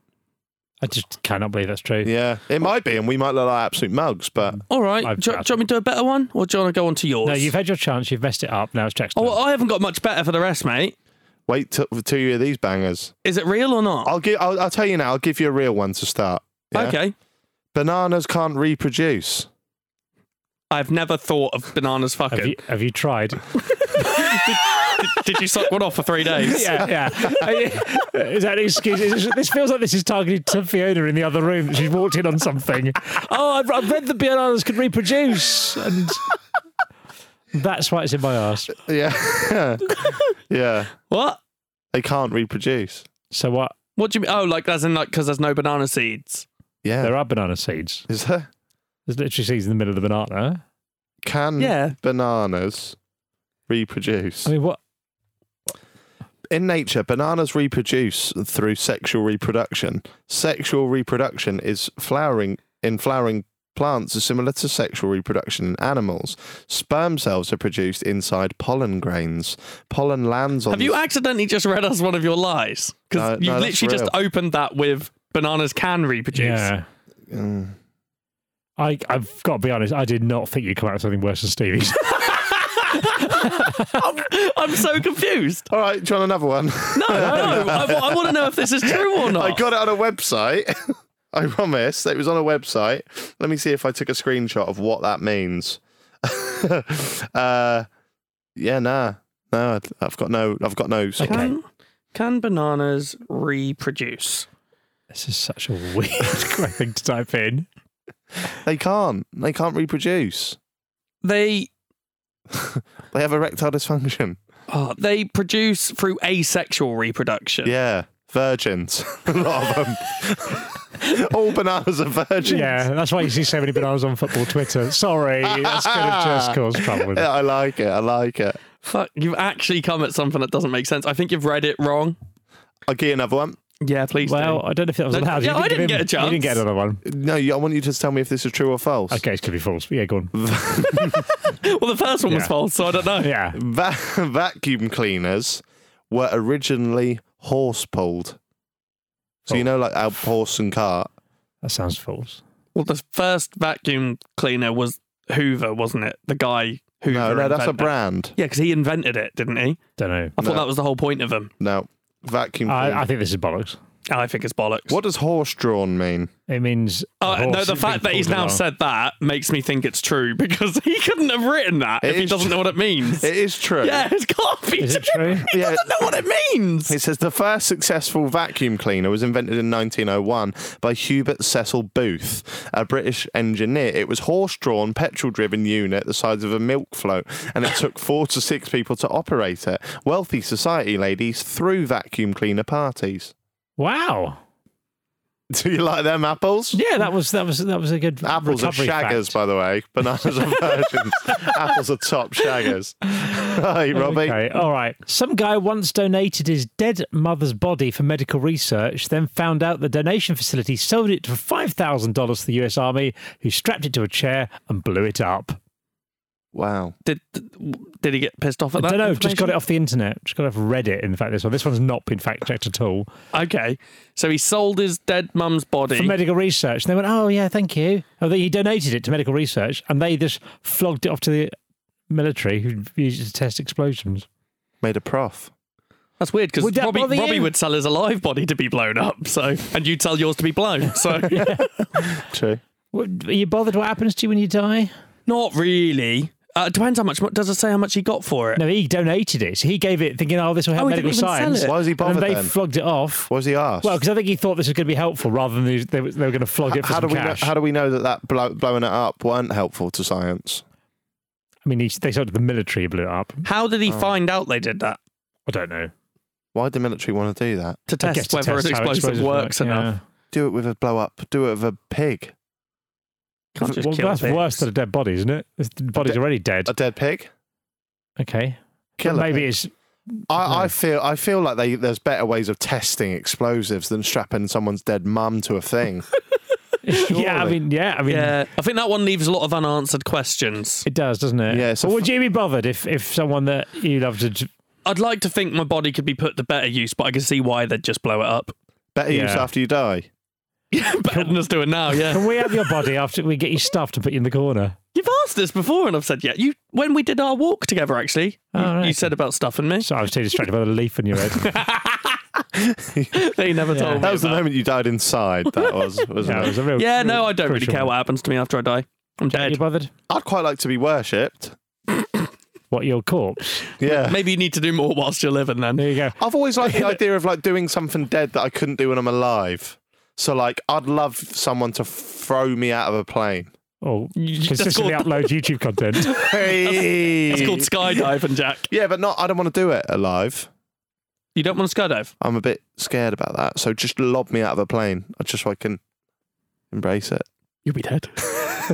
Speaker 4: I just cannot believe that's true.
Speaker 3: Yeah, it might be, and we might look like absolute mugs, but
Speaker 2: All right,
Speaker 4: I've
Speaker 2: do, you-
Speaker 4: got-
Speaker 2: do you want me to do a better one, or do you want to go on to yours?
Speaker 4: No, you've had your chance. You've messed it up. Now it's Jack's turn.
Speaker 2: Oh, well, I haven't got much better for the rest, mate.
Speaker 3: wait till till you hear these bangers.
Speaker 2: Is it real or not?
Speaker 3: I'll give. I'll, I'll tell you now. I'll give you a real one to start. yeah?
Speaker 2: Okay,
Speaker 3: Bananas can't reproduce.
Speaker 2: I've never thought of bananas fucking.
Speaker 4: have, you, have you tried?
Speaker 2: Did you suck one off for
Speaker 4: <laughs>
Speaker 2: three days?
Speaker 4: yeah, yeah. I- Is that an excuse? Is this, this feels like this is targeted to Fiona in the other room. She's walked in on something. Oh, I've, I've read the bananas could reproduce, and that's why it's in my ass.
Speaker 3: Yeah, <laughs> yeah.
Speaker 2: What?
Speaker 3: They can't reproduce.
Speaker 4: So what?
Speaker 2: What do you mean? Oh, like as in like because there's no banana seeds.
Speaker 3: Yeah.
Speaker 4: There are banana seeds.
Speaker 3: Is there?
Speaker 4: There's literally seeds in the middle of the banana.
Speaker 3: Can
Speaker 2: Yeah.
Speaker 3: bananas reproduce?
Speaker 4: I mean, what?
Speaker 3: In nature, bananas reproduce through sexual reproduction. Sexual reproduction is flowering in flowering plants is similar to sexual reproduction in animals. Sperm cells are produced inside pollen grains. Pollen lands on
Speaker 2: Have you accidentally just read us one of your lies? Because
Speaker 3: No,
Speaker 2: you
Speaker 3: no, that's
Speaker 2: literally just opened that with bananas can reproduce.
Speaker 4: Yeah.
Speaker 3: Mm.
Speaker 4: I, I've got to be honest, I did not think you'd come out with something worse than Stevie's.
Speaker 2: <laughs> I'm so confused.
Speaker 3: All right, do you want another one? <laughs>
Speaker 2: No, no. I, want to know if this is true or not.
Speaker 3: I got it on a website. <laughs> I promise. It was on a website. Let me see if I took a screenshot of what that means. <laughs> uh, yeah, nah, no, I've got no, I've got no. sort of-
Speaker 4: Okay.
Speaker 2: Can, can bananas reproduce?
Speaker 4: This is such a weird <laughs> thing to type in.
Speaker 3: They can't. They can't reproduce.
Speaker 2: They
Speaker 3: They have erectile dysfunction.
Speaker 2: oh, they produce through asexual reproduction.
Speaker 3: Yeah, virgins. <laughs> a lot of them. <laughs> All bananas are virgins.
Speaker 4: Yeah, that's why you see so many bananas on football Twitter. Sorry, that's going <laughs>
Speaker 3: <laughs>
Speaker 4: to just cause trouble.
Speaker 3: Yeah, I like it. I like it.
Speaker 2: Fuck, you've actually come at something that doesn't make sense. I think you've read it wrong.
Speaker 3: I'll give you another one.
Speaker 2: Yeah, please.
Speaker 4: Well,
Speaker 2: do.
Speaker 4: I don't know if that was
Speaker 2: No,
Speaker 4: allowed. You
Speaker 2: yeah, I
Speaker 4: give
Speaker 2: didn't
Speaker 4: him-
Speaker 2: get a
Speaker 4: You
Speaker 2: chance.
Speaker 4: didn't get another one.
Speaker 3: No, I want you to tell me if this is true or false.
Speaker 4: Okay, it's going to be false. Yeah, go on. <laughs>
Speaker 2: well, the first one was
Speaker 4: Yeah.
Speaker 2: false, so I don't know.
Speaker 4: Yeah.
Speaker 3: Va- vacuum cleaners were originally horse pulled. So
Speaker 4: Oh.
Speaker 3: you know, like our horse and cart.
Speaker 4: That sounds false.
Speaker 2: Well, the first vacuum cleaner was Hoover, wasn't it? The guy Hoover.
Speaker 3: No, no, that's a
Speaker 2: invented-
Speaker 3: brand.
Speaker 2: Yeah, because he invented it, didn't he?
Speaker 4: Don't know.
Speaker 2: I thought
Speaker 3: No.
Speaker 2: that was the whole point of him.
Speaker 3: No, vacuum cleaner.
Speaker 4: I, I think this is bollocks.
Speaker 2: I think it's bollocks.
Speaker 3: what does horse drawn mean?
Speaker 4: It means. a
Speaker 2: Uh, no,
Speaker 4: horse
Speaker 2: the
Speaker 4: is
Speaker 2: fact
Speaker 4: being
Speaker 2: that he's
Speaker 4: pulled
Speaker 2: now
Speaker 4: along.
Speaker 2: said that makes me think it's true <laughs> because he couldn't have written that
Speaker 3: It
Speaker 2: if he
Speaker 3: is
Speaker 2: doesn't know
Speaker 3: true.
Speaker 2: what it means.
Speaker 3: It is true.
Speaker 2: <laughs> yeah, it's got to be
Speaker 4: Is
Speaker 2: true.
Speaker 4: it true?
Speaker 2: <laughs> He
Speaker 3: Yeah.
Speaker 2: doesn't know what it means.
Speaker 3: It says the first successful vacuum cleaner was invented in 1901 by Hubert Cecil Booth, a British engineer. It was horse-drawn, petrol-driven unit the size of a milk float, and it took four to six people to operate it. Wealthy society ladies threw vacuum cleaner parties.
Speaker 4: Wow.
Speaker 3: <laughs> Do you like them apples?
Speaker 4: Yeah, that was that was that was a good
Speaker 3: Apples are
Speaker 4: recovery
Speaker 3: shaggers,
Speaker 4: fact.
Speaker 3: by the way. Bananas
Speaker 4: <laughs>
Speaker 3: are virgins. apples are top shaggers. Hi, Robbie.
Speaker 4: Okay, all right. Some guy once donated his dead mother's body for medical research, then found out the donation facility sold it for $5,000 to the US Army, who strapped it to a chair and blew it up.
Speaker 3: Wow.
Speaker 2: Did did he get pissed off at
Speaker 4: I
Speaker 2: that?
Speaker 4: don't know, just got it
Speaker 2: information?
Speaker 4: off the internet. Just got it off Reddit, in fact, this one. This one's not been fact checked at all.
Speaker 2: Okay, so he sold his dead mum's body.
Speaker 4: For medical research. And they went, oh, yeah, thank you. Oh, they- he donated it to medical research, and they just flogged it off to the military who used it to test explosions.
Speaker 3: Made a prof.
Speaker 2: That's weird because
Speaker 4: Would that
Speaker 2: Robbie,
Speaker 4: bother
Speaker 2: Robbie
Speaker 4: you?
Speaker 2: would sell his alive body to be blown up. So and you'd sell yours to be blown.
Speaker 4: <laughs>
Speaker 2: So
Speaker 3: True.
Speaker 4: What, are you bothered what happens to you when you die?
Speaker 2: not really. Uh, depends how much. Does it say how much he got for it?
Speaker 4: No, he donated it. So he gave it thinking, oh, this will help
Speaker 2: Oh, he didn't
Speaker 4: medical
Speaker 2: even sell
Speaker 4: science.
Speaker 2: it.
Speaker 3: Why was he
Speaker 4: and
Speaker 3: bothered
Speaker 4: then they
Speaker 3: then?
Speaker 4: flogged it off.
Speaker 3: What was he asked?
Speaker 4: Well, because I think he thought this was going to be helpful rather than they, they, were- they were going to flog it for
Speaker 3: how do
Speaker 4: some
Speaker 3: we
Speaker 4: cash.
Speaker 3: know? How do we know that that blow, blowing it up weren't helpful to science?
Speaker 4: I mean, he, they sold it to the military, blew it up.
Speaker 2: How did he
Speaker 4: Oh.
Speaker 2: find out they did that
Speaker 4: I don't know.
Speaker 3: Why did the military want to do that?
Speaker 2: to
Speaker 4: I guess
Speaker 2: test
Speaker 4: to
Speaker 2: whether
Speaker 4: test
Speaker 2: an
Speaker 4: how
Speaker 2: explosive
Speaker 4: explosives
Speaker 2: works
Speaker 4: work,
Speaker 2: enough?
Speaker 3: Do it with a blow up. Do it with a pig.
Speaker 2: Can't just
Speaker 4: Well,
Speaker 2: kill
Speaker 4: that's
Speaker 2: pigs.
Speaker 4: worse than a dead body, isn't it? This- The body's
Speaker 3: de-
Speaker 4: already dead.
Speaker 3: A dead pig.
Speaker 4: Okay.
Speaker 3: Kill a
Speaker 4: Maybe
Speaker 3: pig.
Speaker 4: it's <laughs>
Speaker 3: I, I feel I feel like they, there's better ways of testing explosives than strapping someone's dead mum to a
Speaker 4: <laughs>
Speaker 3: thing.
Speaker 4: yeah. I
Speaker 3: Surely.
Speaker 4: mean, yeah. I mean,
Speaker 2: Yeah, I think that one leaves a lot of unanswered questions.
Speaker 4: it does, doesn't it?
Speaker 3: Yeah, it's a
Speaker 4: Or would you be bothered if if someone that you loved had
Speaker 2: I'd like to think my body could be put to better use, but I can see why they'd just blow it up. <laughs>
Speaker 3: Better use
Speaker 4: Yeah.
Speaker 3: after you die.
Speaker 2: Yeah, better than us doing now. Yeah,
Speaker 4: Can we have your body after we get you stuffed and put you in the corner?
Speaker 2: you've asked this before, and I've said yeah. You when we did our walk together, actually,
Speaker 4: Oh,
Speaker 2: you,
Speaker 4: right.
Speaker 2: you said about stuff and me. <laughs>
Speaker 4: So I was too distracted by the leaf in your head.
Speaker 2: they never told me.
Speaker 3: That was the
Speaker 2: about.
Speaker 3: moment you died inside.
Speaker 4: <laughs>
Speaker 3: That was, wasn't
Speaker 4: Yeah, it
Speaker 3: it?
Speaker 4: was a real.
Speaker 2: Yeah,
Speaker 4: real
Speaker 2: no, I don't really
Speaker 4: crucial
Speaker 2: care what happens to me after I die. I'm
Speaker 4: Are you
Speaker 2: dead.
Speaker 4: bothered?
Speaker 3: I'd quite like to be worshipped.
Speaker 4: What your corpse?
Speaker 3: Yeah.
Speaker 2: Maybe you need to do more whilst you're living then.
Speaker 4: <laughs> There you go.
Speaker 3: I've always liked the idea of like doing something dead that I couldn't do when I'm alive. So like, I'd love someone to throw me out of a plane.
Speaker 4: Or
Speaker 2: You- that's
Speaker 4: Oh, consistently
Speaker 2: called-
Speaker 4: upload YouTube content.
Speaker 2: <laughs>
Speaker 3: Hey,
Speaker 2: It's called skydiving, Jack.
Speaker 3: yeah, but not. I don't want to do it alive.
Speaker 2: You don't want to skydive?
Speaker 3: I'm a bit scared about that. So just lob me out of a plane, uh, just so I can embrace it. <laughs>
Speaker 2: You'll be dead.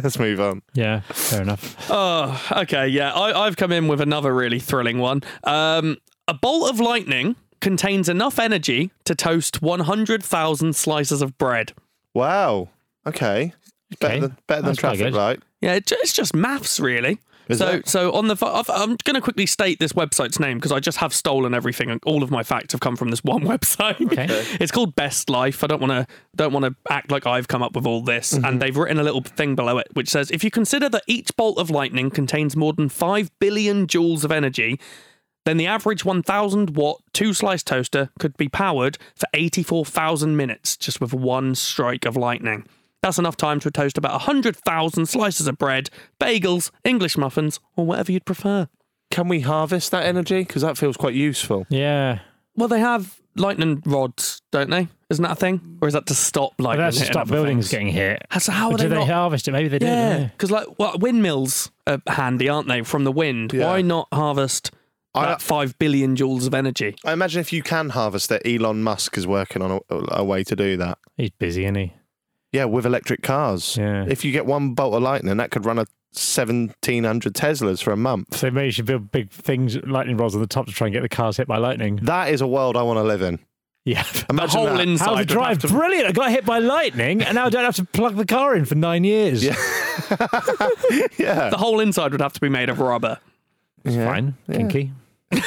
Speaker 3: Let's move on.
Speaker 4: Yeah, fair enough.
Speaker 2: Oh, okay. Yeah, I, I've come in with another really thrilling one. Um, a bolt of lightning contains enough energy to toast 100,000 slices of bread.
Speaker 3: Wow. Okay. Better
Speaker 4: Okay.
Speaker 3: than better than
Speaker 4: That's quite
Speaker 3: traffic
Speaker 4: good.
Speaker 3: light.
Speaker 2: Yeah, it, ju- it's just maths, really.
Speaker 3: Is
Speaker 2: So,
Speaker 3: it?
Speaker 2: so on the, fa- I've- I'm going to quickly state this website's name because I just have stolen everything. and All of my facts have come from this <laughs> one website.
Speaker 4: Okay.
Speaker 2: <laughs> it's called Best Life. I don't want to, don't want to act like I've come up with all this.
Speaker 3: Mm-hmm.
Speaker 2: And they've written a little thing below it which says, if you consider that each bolt of lightning contains more than five billion joules of energy, then the average 1,000 watt two slice toaster could be powered for 84,000 minutes just with one strike of lightning. That's enough time to toast about 100,000 slices of bread, bagels, English muffins, or whatever you'd prefer.
Speaker 3: Can we harvest that energy? Because that feels quite useful.
Speaker 4: Yeah.
Speaker 2: Well, they have lightning rods, don't they? Isn't that a thing? Or is that to stop lightning?
Speaker 4: that's to
Speaker 2: hitting
Speaker 4: stop
Speaker 2: other
Speaker 4: buildings
Speaker 2: things?
Speaker 4: getting hit.
Speaker 2: So how are
Speaker 4: Or do
Speaker 2: they,
Speaker 4: they,
Speaker 2: not?
Speaker 4: harvest it? Maybe they do.
Speaker 2: yeah,
Speaker 4: Yeah.
Speaker 2: because like well, windmills are handy, aren't they? From the wind,
Speaker 3: Yeah.
Speaker 2: why not harvest
Speaker 3: I-
Speaker 2: that five billion joules of energy?
Speaker 3: I imagine if you can harvest that, Elon Musk is working on a, a way to do that.
Speaker 4: He's busy, isn't he?
Speaker 3: Yeah, with electric cars.
Speaker 4: Yeah.
Speaker 3: If you get one bolt of lightning, that could run a 1700 Teslas for a month.
Speaker 4: So maybe you should build big things, lightning rods on the top to try and get the cars hit by lightning.
Speaker 3: That is a world I want to live in.
Speaker 4: <laughs> Yeah.
Speaker 3: Imagine
Speaker 2: the whole
Speaker 3: that.
Speaker 2: inside
Speaker 4: How the
Speaker 2: would have
Speaker 4: drive?
Speaker 2: to-
Speaker 4: Brilliant! I got hit by lightning, and now I don't have to plug the car in for nine years. Yeah,
Speaker 3: yeah. Oh.
Speaker 2: the whole inside would have to be made of rubber.
Speaker 4: fine, kinky.
Speaker 3: yeah.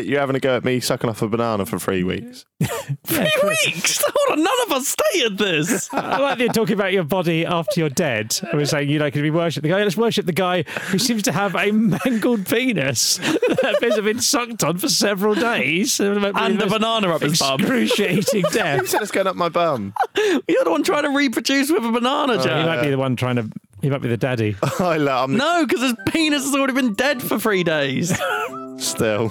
Speaker 3: You're having a go at me sucking off a banana for three weeks.
Speaker 4: <laughs>
Speaker 2: Three weeks? <laughs> Hold on, none of us stated this.
Speaker 4: I like that you're talking about your body after you're dead. I was saying, you know, could we worship the guy? Let's worship the guy who seems to have a mangled penis that appears to have been sucked on for several days.
Speaker 2: and the banana up his bum.
Speaker 4: Excruciating
Speaker 3: He
Speaker 2: <laughs>
Speaker 4: death.
Speaker 3: said it's going up my bum. <laughs>
Speaker 2: You're the one trying to reproduce with a banana,
Speaker 4: He
Speaker 2: Jack.
Speaker 4: might be the one trying to. He might be
Speaker 2: <laughs>
Speaker 4: the daddy.
Speaker 3: I love him
Speaker 2: no, because his penis has already been dead for three days.
Speaker 3: still.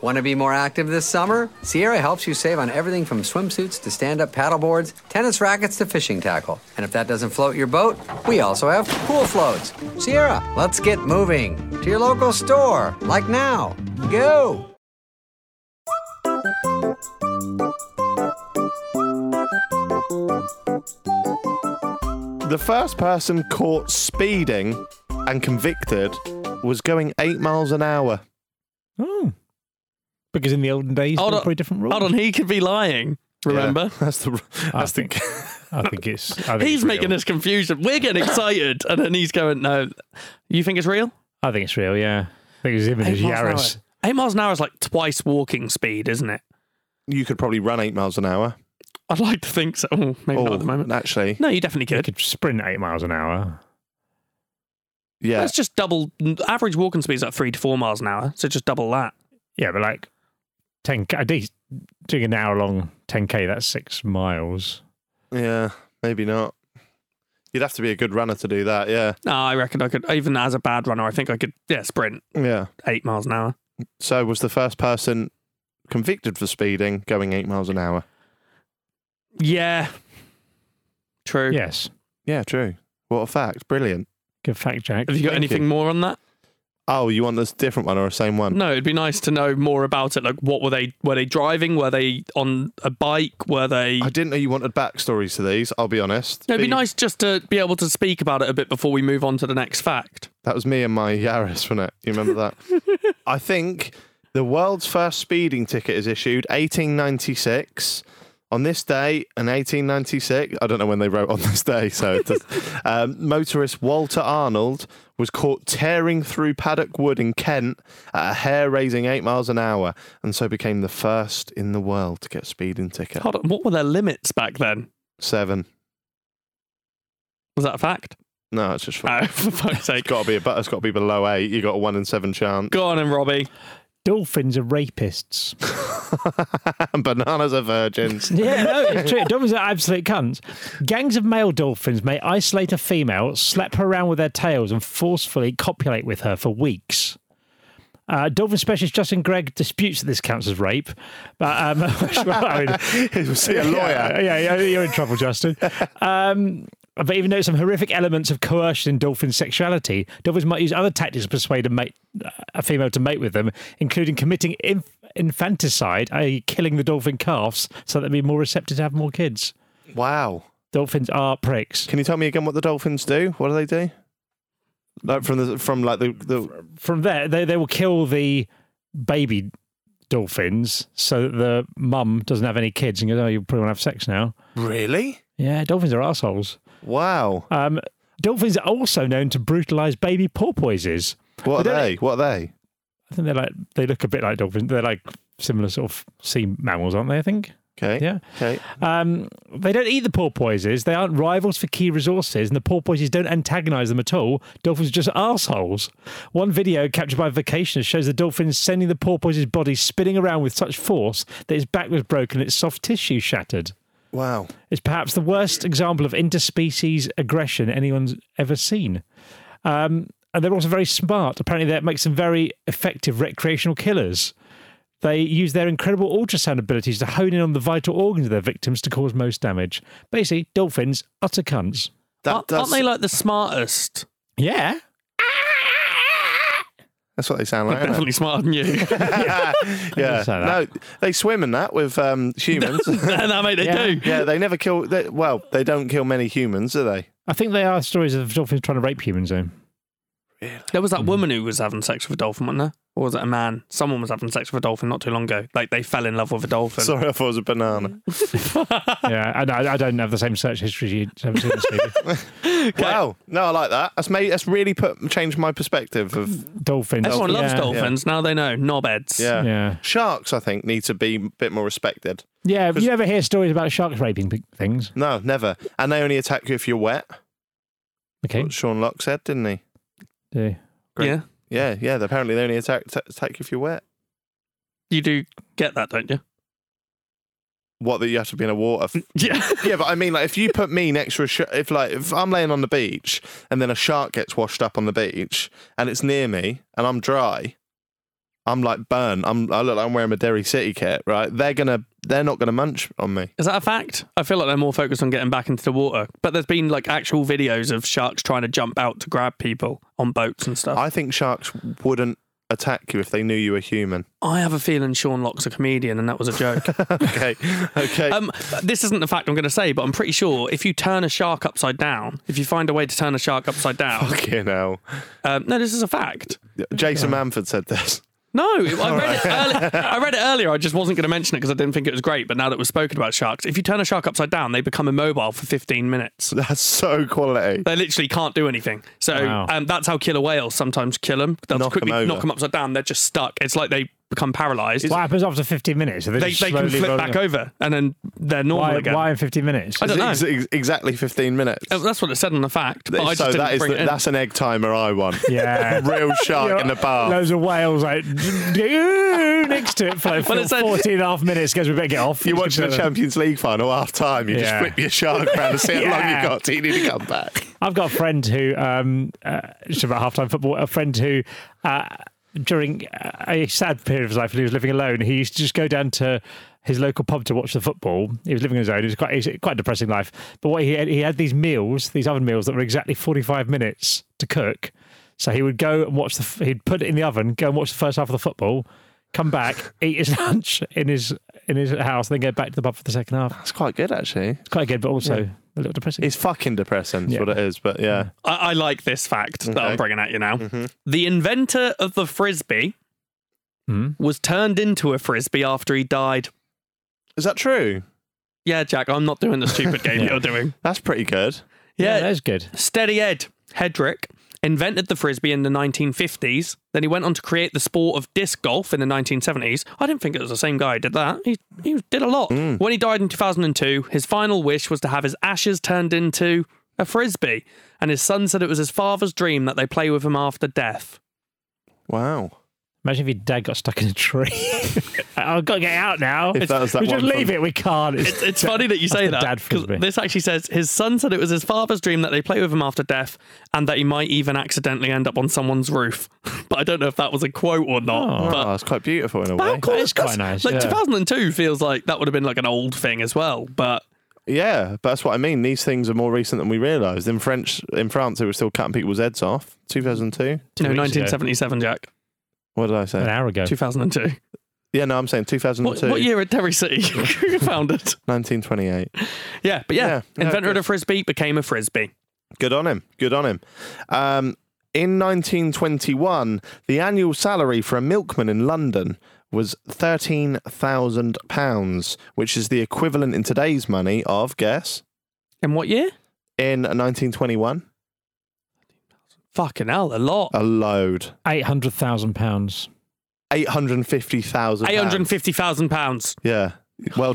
Speaker 5: Want to be more active this summer? Sierra helps you save on everything from swimsuits to stand up paddleboards, tennis rackets to fishing tackle. And if that doesn't float your boat, we also have pool floats. Sierra, let's get moving to your local store, like now. Go!
Speaker 3: The first person caught speeding and convicted was going eight miles an hour.
Speaker 4: Oh. Because in the olden days, there
Speaker 2: Hold
Speaker 4: were
Speaker 2: on,
Speaker 4: probably different rules. Ah.
Speaker 2: hold on, he could be lying. Remember?
Speaker 3: Yeah, that's the. That's the.
Speaker 4: think- I think it's. I think
Speaker 2: He's
Speaker 4: it's
Speaker 2: making
Speaker 4: real.
Speaker 2: us confusion. We're getting excited, and then he's going, "No, you think it's real?"
Speaker 4: I think it's real. Yeah, I think it's him and his Yaris.
Speaker 2: Eight miles an hour is like twice walking speed, isn't it?
Speaker 3: You could probably run eight miles an hour.
Speaker 2: I'd like to think so. Oh, maybe not
Speaker 3: Oh,
Speaker 2: at the moment.
Speaker 3: actually,
Speaker 2: No, you definitely
Speaker 4: He
Speaker 2: could.
Speaker 4: could sprint eight miles an hour.
Speaker 3: yeah.
Speaker 2: That's just double. Average walking speed is like three to four miles an hour, so just double that.
Speaker 4: Yeah, but like ten k, doing an hour long ten k. That's six miles.
Speaker 3: Yeah, maybe not. You'd have to be a good runner to do that. Yeah,
Speaker 2: No, Ah, I reckon I could. Even as a bad runner, I think I could. Yeah, sprint
Speaker 3: yeah.
Speaker 2: eight miles an hour.
Speaker 3: So was the first person convicted for speeding going eight miles an hour?
Speaker 2: Yeah, true.
Speaker 4: Yes,
Speaker 3: Yeah, true. What a fact! Brilliant.
Speaker 4: good fact, Jack.
Speaker 2: Have you got
Speaker 3: Thank
Speaker 2: anything
Speaker 3: you.
Speaker 2: more on that?
Speaker 3: Oh, you want this different one or the same one?
Speaker 2: No, it'd be nice to know more about it. Like, what were they? Were they driving? Were they on a bike? Were they?
Speaker 3: I didn't know you wanted backstories to these. I'll be honest.
Speaker 2: No, it'd be
Speaker 3: But
Speaker 2: nice just to be able to speak about it a bit before we move on to the next fact.
Speaker 3: That was me and
Speaker 2: <laughs>
Speaker 3: my Yaris, wasn't it? You remember that? I think the world's first speeding ticket is issued 1896. On this day, in 1896, I don't know when they wrote on this day, so it does,
Speaker 2: <laughs>
Speaker 3: um, motorist Walter Arnold was caught tearing through paddock wood in Kent at a hair-raising eight miles an hour, and so became the first in the world to get a speeding ticket.
Speaker 2: Hold on, what were their limits back then?
Speaker 3: Seven.
Speaker 2: Was that a fact?
Speaker 3: No, it's just.
Speaker 2: Oh, <laughs> for fuck's sake.
Speaker 3: It's got to be a, but it's got to be below eight. You got a one in seven chance.
Speaker 2: Go on, and Robbie.
Speaker 4: Dolphins are rapists.
Speaker 3: <laughs> Bananas are virgins.
Speaker 4: yeah, no, it's true. <laughs> Dolphins are absolute cunts. Gangs of male dolphins may isolate a female, slap her around with their tails, and forcefully copulate with her for weeks. Uh, dolphin specialist Justin Gregg disputes that this counts as rape, but um, <laughs> well, I mean,
Speaker 3: See a lawyer.
Speaker 4: Yeah, <laughs> yeah, yeah, you're in trouble, Justin. Um, but even though some horrific elements of coercion in dolphin sexuality, dolphins might use other tactics to persuade a, mate, a female to mate with them, including committing inf- infanticide, i.e., killing the dolphin calves, so that they'd be more receptive to have more kids.
Speaker 3: Wow.
Speaker 4: Dolphins are pricks.
Speaker 3: Can you tell me again what the dolphins do? What do they do? Like from the from like the, the
Speaker 4: From there, they, they will kill the baby dolphins so that the mum doesn't have any kids and goes, oh, you probably want to have sex now.
Speaker 3: Really?
Speaker 4: Yeah, dolphins are assholes.
Speaker 3: Wow.
Speaker 4: Um, dolphins are also known to brutalize baby porpoises.
Speaker 3: What are they? What are they?
Speaker 4: I think they're like they look a bit like dolphins. They're like similar sort of sea mammals, aren't they? I think.
Speaker 3: Okay.
Speaker 4: Yeah.
Speaker 3: Okay.
Speaker 4: Um, they don't eat the porpoises. They aren't rivals for key resources, and the porpoises don't antagonize them at all. Dolphins are just arseholes. One video captured by vacationers shows the dolphin sending the porpoise's body spinning around with such force that its back was broken and its soft tissue shattered.
Speaker 3: Wow.
Speaker 4: It's perhaps the worst example of interspecies aggression anyone's ever seen. Um, and they're also very smart. Apparently, that makes them very effective recreational killers. They use their incredible ultrasound abilities to hone in on the vital organs of their victims to cause most damage. Basically, dolphins, utter cunts.
Speaker 3: That,
Speaker 2: aren't,
Speaker 3: that's,
Speaker 2: aren't they like the smartest?
Speaker 4: Yeah.
Speaker 3: that's what they
Speaker 2: <laughs>
Speaker 3: sound like. isn't
Speaker 2: Definitely smarter than you. <laughs>
Speaker 3: it? yeah.
Speaker 4: say
Speaker 3: No,
Speaker 4: that.
Speaker 3: they swim in that with um,
Speaker 2: <laughs>
Speaker 3: humans.
Speaker 2: no, mate, they
Speaker 4: Yeah.
Speaker 2: do.
Speaker 3: yeah, they never kill. They, well, they don't kill many humans, do they?
Speaker 4: I think they are stories of dolphins trying to rape humans,
Speaker 2: <laughs>
Speaker 4: though.
Speaker 2: There was that woman who was having sex with a dolphin, wasn't there? Or was it a man? Someone was having sex with a dolphin not too long ago. Like they fell in love with a dolphin.
Speaker 3: Sorry, I thought it was a banana.
Speaker 4: yeah, and I, I don't have the same search history as you. Have seen this
Speaker 2: <laughs>
Speaker 4: movie.
Speaker 3: Wow. No, I like that. That's made. That's really put changed my perspective of
Speaker 4: dolphins.
Speaker 2: Everyone loves
Speaker 4: yeah.
Speaker 2: dolphins. Now they know. Knobheads.
Speaker 3: yeah.
Speaker 4: Yeah.
Speaker 3: Sharks, I think, need to be a bit more respected.
Speaker 4: Yeah, you never hear stories about sharks raping p- things.
Speaker 3: No, never. And they only attack you if you're wet.
Speaker 4: Okay.
Speaker 3: What Sean Locke said, didn't he?
Speaker 4: Yeah.
Speaker 3: Great.
Speaker 2: Yeah.
Speaker 3: Yeah, yeah. they- Apparently, they only attack t- attack you if you're wet.
Speaker 2: You do get that, don't you?
Speaker 3: What that you have to be in a water. F-
Speaker 2: <laughs> Yeah.
Speaker 3: yeah, but I mean, like, if you put me next to a shark, if like if I'm laying on the beach and then a shark gets washed up on the beach and it's near me and I'm dry, I'm like burn. I'm I look like I'm wearing a Derry City kit, right? They're gonna they're not gonna munch on me.
Speaker 2: Is that a fact? I feel like they're more focused on getting back into the water. But there's been like actual videos of sharks trying to jump out to grab people on boats and stuff.
Speaker 3: I think sharks wouldn't attack you if they knew you were human.
Speaker 2: I have a feeling Sean Locke's a comedian and that was a joke.
Speaker 3: Okay, <laughs> okay.
Speaker 2: Um, this isn't the fact I'm going to say, but I'm pretty sure if you turn a shark upside down, if you find a way to turn a shark upside down,
Speaker 3: Fucking hell.
Speaker 2: um, no, this is a fact.
Speaker 3: Jason Manford said this.
Speaker 2: No, I read, it
Speaker 3: <laughs>
Speaker 2: earlier. I read it earlier. I just wasn't going to mention it because I didn't think it was great. But now that we've spoken about sharks, if you turn a shark upside down, they become immobile for 15 minutes.
Speaker 3: <laughs> That's so quality.
Speaker 2: They literally can't do anything. So
Speaker 4: Wow.
Speaker 2: um, that's how killer whales sometimes kill them. They'll just
Speaker 3: Knock 'em
Speaker 2: quickly
Speaker 3: over.
Speaker 2: knock them upside down. They're just stuck. It's like they become paralyzed.
Speaker 4: What happens after 15 minutes? Are
Speaker 2: They,
Speaker 4: just
Speaker 2: they can
Speaker 4: slowly
Speaker 2: flip
Speaker 4: rolling
Speaker 2: back
Speaker 4: up?
Speaker 2: over and then they're normal
Speaker 4: Why,
Speaker 2: again.
Speaker 4: why in 15 minutes?
Speaker 2: I don't know.
Speaker 3: It's ex- exactly 15 minutes.
Speaker 2: Uh, That's what it said on the fact. But I just
Speaker 3: so
Speaker 2: didn't
Speaker 3: that is
Speaker 2: bring
Speaker 3: the,
Speaker 2: it in.
Speaker 3: that's an egg timer I want.
Speaker 2: <laughs>
Speaker 4: Yeah.
Speaker 3: Real
Speaker 4: <laughs>
Speaker 3: shark in the bath.
Speaker 4: Loads of whales like <laughs> "Ooh," next to it for like
Speaker 2: Well, it said-
Speaker 4: 14 and a half minutes. Guys, we better get off.
Speaker 3: You're watching
Speaker 4: <laughs>
Speaker 3: the Champions League final half time. You just
Speaker 4: Yeah.
Speaker 3: whip your shark around and see how long
Speaker 4: <laughs> Yeah.
Speaker 3: you got. till You need to come back.
Speaker 4: I've got a friend who, um, uh, just about halftime football, a friend who, uh, during a sad period of his life when he was living alone, he used to just go down to his local pub to watch the football. He was living on his own. It was quite, it was quite a depressing life. But what he had, he had these meals, these oven meals that were exactly 45 minutes to cook. So he would go and watch the, f- he'd put it in the oven, go and watch the first half of the football, come back, <laughs> eat his lunch in his, in his house, and then go back to the pub for the second half.
Speaker 3: That's quite good, actually.
Speaker 4: It's quite good, but also a little depressing.
Speaker 3: It's fucking depressing, is
Speaker 4: Yeah.
Speaker 3: what it is. But yeah.
Speaker 2: I, I like this fact that I'm bringing at you now.
Speaker 3: Mm-hmm.
Speaker 2: The inventor of the frisbee
Speaker 3: Hmm?
Speaker 2: was turned into a frisbee after he died.
Speaker 3: Is that true?
Speaker 2: Yeah, Jack, I'm not doing the stupid game you're doing.
Speaker 3: That's pretty good.
Speaker 2: Yeah,
Speaker 4: that is good.
Speaker 2: Steady Ed Hedrick invented the frisbee in the 1950s. Then he went on to create the sport of disc golf in the 1970s. I didn't think it was the same guy who did that. He, he did a lot. When he died in 2002, his final wish was to have his ashes turned into a frisbee. And his son said it was his father's dream that they play with him after death.
Speaker 3: Wow.
Speaker 4: Imagine if your dad got stuck in a tree. <laughs> I've got to get out now.
Speaker 3: If that was that
Speaker 4: we just
Speaker 3: one
Speaker 4: leave
Speaker 3: from-
Speaker 4: it. We can't. It's,
Speaker 2: It's, it's funny that you say
Speaker 4: the
Speaker 2: that
Speaker 4: dad
Speaker 2: because
Speaker 4: frisbee.
Speaker 2: this actually says his son said it was his father's dream that they play with him after death and that he might even accidentally end up on someone's roof. <laughs> but I don't know if that was a quote or not.
Speaker 4: Oh.
Speaker 2: but
Speaker 3: Oh, it's quite beautiful in a
Speaker 2: But
Speaker 3: way.
Speaker 2: how cool
Speaker 4: That
Speaker 2: is
Speaker 4: is quite
Speaker 2: that's-
Speaker 4: nice,
Speaker 2: Like
Speaker 4: yeah.
Speaker 2: 2002 feels like that would have been like an old thing as well, but
Speaker 3: Yeah, but that's what I mean. These things are more recent than we realised. In French, in France, they were still cutting people's heads off. 2002.
Speaker 2: no,
Speaker 4: weeks ago.
Speaker 2: 1977, Jack,
Speaker 3: What did I say?
Speaker 4: an hour ago.
Speaker 2: 2002.
Speaker 3: Yeah, no, I'm saying
Speaker 2: What,
Speaker 3: 2002.
Speaker 2: what year at Derry
Speaker 3: <laughs>
Speaker 2: City founded?
Speaker 3: 1928.
Speaker 2: Yeah, but yeah,
Speaker 3: Yeah, yeah,
Speaker 2: inventor of
Speaker 3: good.
Speaker 2: the frisbee became a frisbee.
Speaker 3: Good on him. Good on him. Um, in 1921, the annual salary for a milkman in London was £13,000, which is the equivalent in today's money of, guess,
Speaker 2: In what year?
Speaker 3: in 1921,
Speaker 2: Fucking hell, a lot.
Speaker 3: a load.
Speaker 4: Eight hundred thousand pounds.
Speaker 3: £850,000.
Speaker 2: Eight hundred and fifty thousand pounds.
Speaker 3: Yeah. Well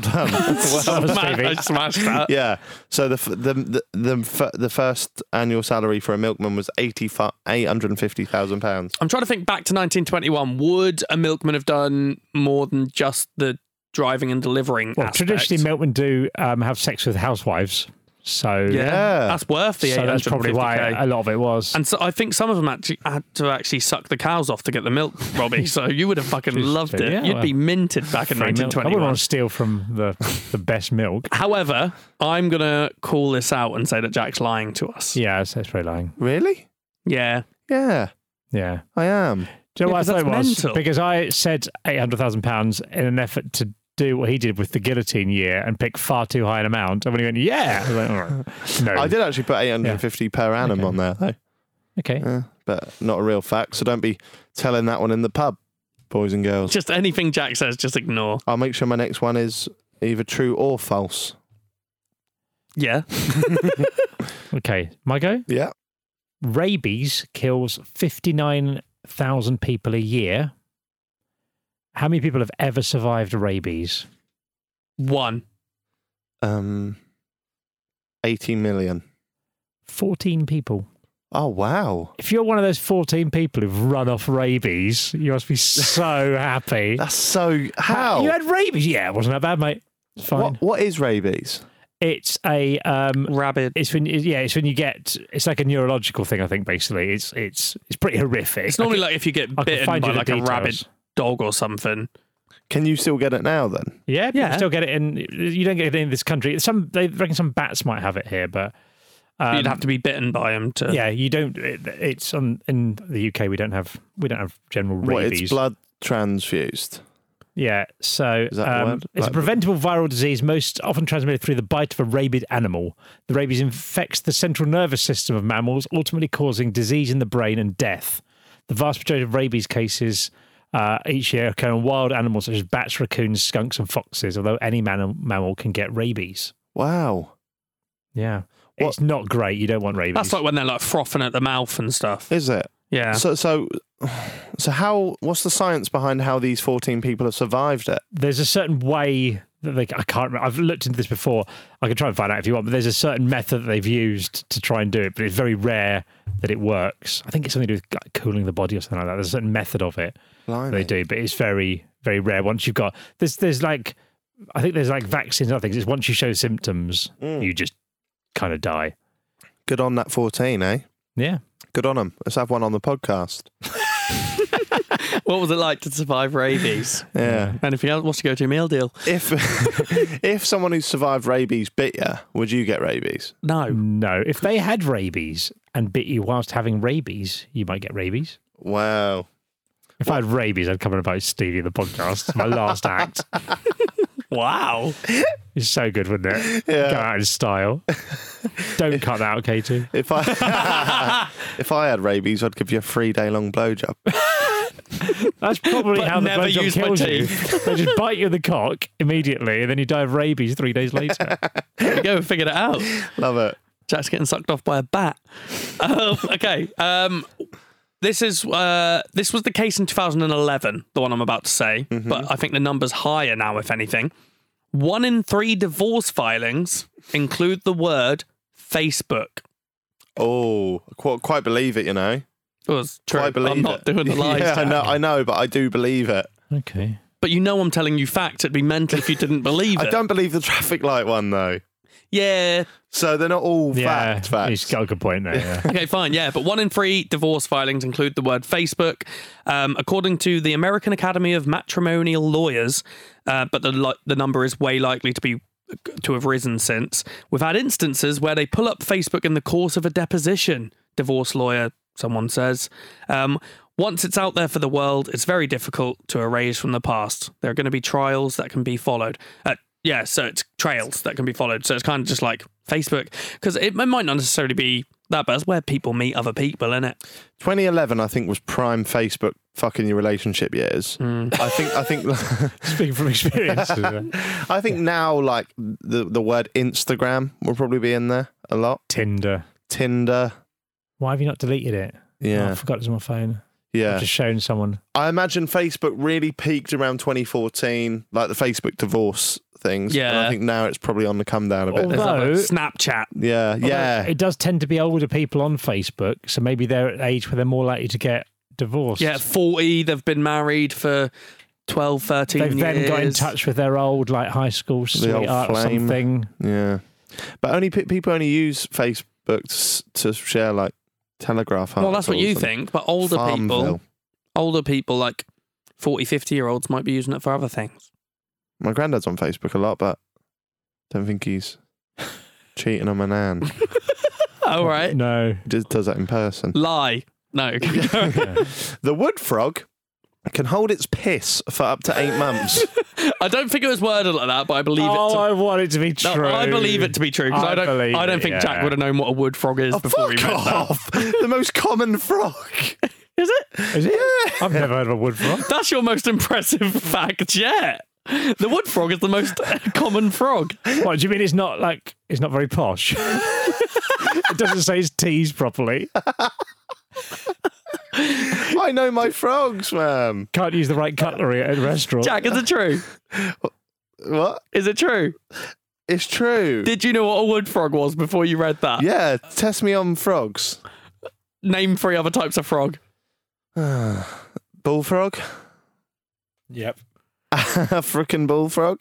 Speaker 2: <laughs>
Speaker 3: done. <laughs> well done.
Speaker 2: I smashed that.
Speaker 3: Yeah. So the f- the the the, f- the first annual salary for a milkman was eighty eight hundred and fifty thousand pounds.
Speaker 2: I'm trying to think back to 1921. Would a milkman have done more than just the driving and delivering?
Speaker 4: Well,
Speaker 2: aspect?
Speaker 4: traditionally, milkmen do um, have sex with housewives, so
Speaker 2: yeah,
Speaker 3: Yeah.
Speaker 2: that's worth the
Speaker 4: so that's
Speaker 2: 850k.
Speaker 4: probably why a lot of it was.
Speaker 2: And so I think some of them actually had to actually suck the cows off to get the milk,
Speaker 4: <laughs>
Speaker 2: Robbie. So you would have fucking loved it.
Speaker 4: yeah,
Speaker 2: You'd be
Speaker 4: well,
Speaker 2: minted back in
Speaker 4: Free milk. I wouldn't
Speaker 2: 1921.
Speaker 4: want to steal from the the
Speaker 2: <laughs>
Speaker 4: best milk.
Speaker 2: However, I'm gonna call this out and say that Jack's lying to us.
Speaker 4: Yeah, that's, that's very lying.
Speaker 3: Really?
Speaker 2: Yeah.
Speaker 3: Yeah,
Speaker 4: yeah.
Speaker 3: I am.
Speaker 4: Do
Speaker 2: Yeah,
Speaker 4: you know what I
Speaker 2: 'cause
Speaker 4: thought it
Speaker 2: that's
Speaker 4: was?
Speaker 2: mental.
Speaker 4: Because I said eight hundred thousand pounds in an effort to do what he did with the guillotine year and pick far too high an amount. And when he went, yeah, I was like, "All
Speaker 2: <laughs>
Speaker 4: right." no,
Speaker 3: I did actually put eight hundred and fifty per annum on there though,
Speaker 2: Uh,
Speaker 4: Okay,
Speaker 3: Yeah, but not a real fact. So don't be telling that one in the pub, boys and girls.
Speaker 2: Just anything Jack says, just ignore.
Speaker 3: I'll make sure my next one is either true or false.
Speaker 2: Yeah.
Speaker 4: okay, my go.
Speaker 3: Yeah.
Speaker 4: Rabies kills fifty nine thousand people a year. How many people have ever survived rabies?
Speaker 2: One.
Speaker 3: Um, eighty million.
Speaker 4: Fourteen people.
Speaker 3: Oh wow,
Speaker 4: If you're one of those fourteen people who've run off rabies, you must be so happy.
Speaker 3: that's so how.
Speaker 4: you had rabies? Yeah, it wasn't that bad, mate. It's fine.
Speaker 3: what what is rabies?
Speaker 4: It's a um,
Speaker 2: Rabid.
Speaker 4: It's when yeah, it's when you get it's like a neurological thing. I think basically, it's it's it's pretty horrific.
Speaker 2: It's normally like if you get
Speaker 4: I can
Speaker 2: bitten by
Speaker 4: find you the
Speaker 2: like a
Speaker 4: details.
Speaker 2: rabid dog or something.
Speaker 3: Can you still get it now then?
Speaker 4: <laughs> yeah, people
Speaker 2: Yeah.
Speaker 4: Still get it in. You don't get it in this country. Some they reckon some bats might have it here, but um,
Speaker 2: You'd have to be bitten by him to.
Speaker 4: yeah, you don't. It, it's on in the UK. We don't have we don't have general
Speaker 3: What?
Speaker 4: rabies.
Speaker 3: It's blood transfused.
Speaker 4: Yeah, so
Speaker 3: that the
Speaker 4: um,
Speaker 3: word?
Speaker 4: it's
Speaker 3: Like-
Speaker 4: a preventable viral disease, most often transmitted through the bite of a rabid animal. The rabies infects the central nervous system of mammals, ultimately causing disease in the brain and death. The vast majority of rabies cases uh, each year occur in wild animals such as bats, raccoons, skunks, and foxes. Although any man- mammal can get rabies.
Speaker 3: Wow.
Speaker 4: Yeah,
Speaker 3: What-
Speaker 4: it's not great. You don't want rabies.
Speaker 2: That's like when they're like frothing at the mouth and stuff.
Speaker 3: Is it?
Speaker 2: Yeah.
Speaker 3: So so so how what's the science behind how these 14 people have survived it?
Speaker 4: there's a certain way that they I can't remember. I've looked into this before. I can try and find out if you want, but there's a certain method that they've used to try and do it, but it's very rare that it works. I think it's something to do with like, cooling the body or something like that. There's a certain method of it
Speaker 3: Blimey.
Speaker 4: they do, but it's very very rare. Once you've got there's there's like I think there's like vaccines and other things. It's once you show symptoms, you just kind of die.
Speaker 3: Good on that 14, eh?
Speaker 4: Yeah.
Speaker 3: Good on them. Let's have one on the podcast.
Speaker 2: What was it like to survive rabies?
Speaker 3: Yeah.
Speaker 2: <laughs> Anything else? What's your go-to meal deal?
Speaker 3: If <laughs> if someone who survived rabies bit you, would you get rabies?
Speaker 2: No.
Speaker 4: No, if they had rabies and bit you whilst having rabies, you might get rabies.
Speaker 3: Wow.
Speaker 4: If I had rabies, I'd come and about Stevie the podcast. It's my last act.
Speaker 2: <laughs> Wow.
Speaker 4: It's so good, wouldn't it? Go out in style. Don't cut that out, Katie.
Speaker 3: If I
Speaker 2: <laughs>
Speaker 3: if I had rabies, I'd give you a 3-day long blowjob.
Speaker 4: That's probably
Speaker 2: But
Speaker 4: how the
Speaker 2: never
Speaker 4: blowjob
Speaker 2: use my
Speaker 4: kills you.
Speaker 2: teeth.
Speaker 4: <laughs> They just bite you in the cock immediately, and then you die of rabies three
Speaker 3: <laughs>
Speaker 4: days later.
Speaker 2: There we go. We figured it out.
Speaker 3: Love it.
Speaker 2: Jack's getting sucked off by a bat. Um, okay. Um, this is uh, this was the case in 2011, the one I'm about to say, but I think the number's higher now, if anything. One in three divorce filings include the word Facebook.
Speaker 3: Oh, quite, quite believe it, you know.
Speaker 2: It was true.
Speaker 3: Quite believe
Speaker 2: I'm not
Speaker 3: it.
Speaker 2: doing the <laughs> lies.
Speaker 3: yeah, I
Speaker 2: Jack.
Speaker 3: know, I know, but I do believe it.
Speaker 4: okay.
Speaker 2: But you know I'm telling you fact. It'd be mental if you didn't believe it.
Speaker 3: <laughs> I don't believe the traffic light one though.
Speaker 2: Yeah.
Speaker 3: So they're not all
Speaker 4: Yeah,
Speaker 3: fact facts.
Speaker 4: he's got a good point
Speaker 3: <laughs>
Speaker 4: there. yeah.
Speaker 2: Okay, fine. Yeah, but one in three divorce filings include the word Facebook, um, according to the American Academy of Matrimonial Lawyers. Uh, but the li- the number is way likely to be to have risen since. We've had instances where they pull up Facebook in the course of a deposition. Divorce lawyer, someone says. Um, once it's out there for the world, it's very difficult to erase from the past. There are going to be trials that can be followed. Uh, yeah, so it's trails that can be followed. So it's kind of just like Facebook, because it might not necessarily be that, but that's where people meet other people, isn't it?
Speaker 3: 2011, I think, was prime Facebook fucking your relationship years.
Speaker 2: Hmm.
Speaker 3: I think, I
Speaker 2: <laughs>
Speaker 3: think,
Speaker 4: Speaking
Speaker 3: <laughs>
Speaker 4: from experience.
Speaker 3: I think now, like the the word Instagram will probably be in there a lot.
Speaker 4: Tinder.
Speaker 3: Tinder,
Speaker 4: Why have you not deleted it? Oh, I
Speaker 3: yeah,
Speaker 4: forgot it was on my phone.
Speaker 3: yeah.
Speaker 4: I've just shown someone.
Speaker 3: I imagine Facebook really peaked around 2014, like the Facebook divorce things. And I
Speaker 2: Yeah.
Speaker 3: think now it's probably on the come down a bit.
Speaker 4: Although-
Speaker 2: Like
Speaker 4: Oh.
Speaker 2: Snapchat.
Speaker 3: yeah, yeah.
Speaker 4: It does tend to be older people on Facebook, so maybe they're at an age where they're more likely to get divorced.
Speaker 2: Yeah, 40, they've been married for 12, 13
Speaker 4: They've then
Speaker 2: years.
Speaker 4: got in touch with their old like high school
Speaker 3: The old
Speaker 4: sweetheart or
Speaker 3: flame.
Speaker 4: something.
Speaker 3: Yeah, but only pe- people only use Facebook to, s- to share like Telegraph.
Speaker 2: Well, that's what you
Speaker 3: articles and
Speaker 2: think, but older
Speaker 3: Farmville.
Speaker 2: people, older people like 40, 50 year olds might be using it for other things.
Speaker 3: My granddad's on Facebook a lot, but don't
Speaker 2: <laughs>
Speaker 3: think he's cheating on my nan. He
Speaker 2: All right.
Speaker 4: No.
Speaker 3: just does that in person.
Speaker 2: Lie. No. <laughs>
Speaker 3: The wood frog can hold its piss for up to eight <laughs> months.
Speaker 2: I don't think it was worded like that, but I believe
Speaker 4: oh,
Speaker 2: it to
Speaker 4: I want it to be
Speaker 2: No,
Speaker 4: true.
Speaker 2: I believe it to be true because
Speaker 4: I
Speaker 2: I, don't.
Speaker 4: believe
Speaker 2: I don't
Speaker 4: it,
Speaker 2: think
Speaker 4: yeah.
Speaker 2: Jack would have known what a wood frog is before he
Speaker 3: Fuck
Speaker 2: read that.
Speaker 3: off! the most common <laughs> frog.
Speaker 2: Is it?
Speaker 4: Is it? I've never heard of a wood frog.
Speaker 2: <laughs> That's your most impressive <laughs> fact yet. The wood frog is the most <laughs> common frog.
Speaker 4: What do you mean? It's not like it's not very posh. <laughs> it doesn't say it's teased properly.
Speaker 3: I know my frogs, man.
Speaker 4: Can't use the right cutlery at a restaurant.
Speaker 2: Jack, is it true?
Speaker 3: What?
Speaker 2: Is it true?
Speaker 3: It's true.
Speaker 2: Did you know what a wood frog was before you read that?
Speaker 3: yeah, test me on frogs.
Speaker 2: Name three other types of frog.
Speaker 3: Bullfrog, <laughs>
Speaker 4: Yep.
Speaker 3: African bullfrog,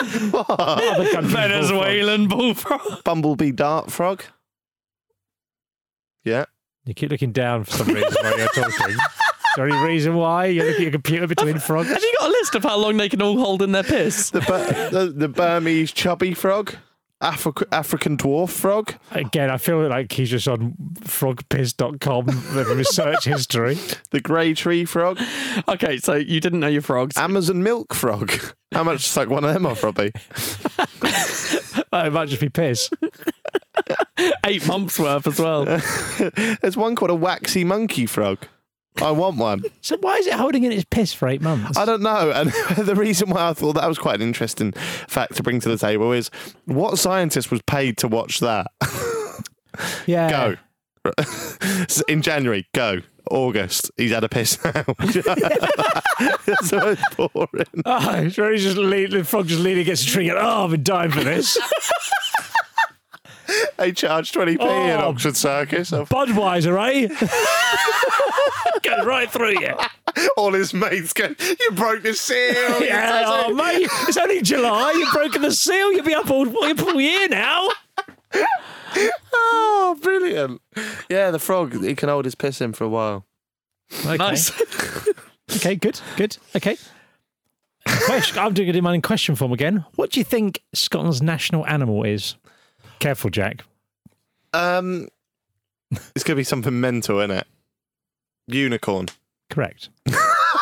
Speaker 4: Other countries' bullfrogs.
Speaker 2: Venezuelan bullfrog.
Speaker 3: bumblebee dart frog. Yeah.
Speaker 4: You keep looking down for some reason while you're talking. Is there any reason why you're looking at your computer between frogs?
Speaker 2: Have you got a list of how long they can all hold in their piss?
Speaker 3: The, Bur- <laughs> the, the Burmese chubby frog, Afri- African dwarf frog,
Speaker 4: Again, I feel like he's just on frogpiss.com from his search history.
Speaker 3: the grey tree frog,
Speaker 2: Okay, so you didn't know your frogs.
Speaker 3: Amazon milk frog. <laughs> How much suck one of them off, Robbie?
Speaker 4: Oh, it might just be piss.
Speaker 2: Eight months worth as
Speaker 4: <laughs>
Speaker 2: well.
Speaker 3: There's one called a waxy monkey frog. I want one.
Speaker 4: So why is it holding in its piss for eight <laughs> months?
Speaker 3: I don't know. <laughs> And the reason why I thought that was quite an interesting fact to bring to the table is what scientist was paid to watch that? <laughs>
Speaker 4: yeah.
Speaker 3: Go. <laughs> In January, go. August, he's had a piss <laughs> now. That's so boring.
Speaker 4: Oh, it's really just lean, the frog just leaning against a tree. And, oh, I've been dying for <laughs> this.
Speaker 3: They charge 20p in
Speaker 4: Oh.
Speaker 3: Oxford Circus.
Speaker 4: Budweiser, <laughs> eh? Goes right through you.
Speaker 3: <laughs> All his mates go, You broke the seal.
Speaker 4: Yeah, oh,
Speaker 3: You
Speaker 4: mate, it's only July. You've broken the seal. You'll be up all, up all year now.
Speaker 3: <laughs> Oh, brilliant. Yeah, the frog, he can hold his piss in for a while.
Speaker 4: Okay.
Speaker 2: Nice.
Speaker 4: Okay, good, good. Okay. Question, I'm doing it in my own question form again. What do you think Scotland's national animal is? Careful, Jack.
Speaker 3: Um, It's going to be something mental, isn't it? Unicorn.
Speaker 4: Correct.
Speaker 2: <laughs>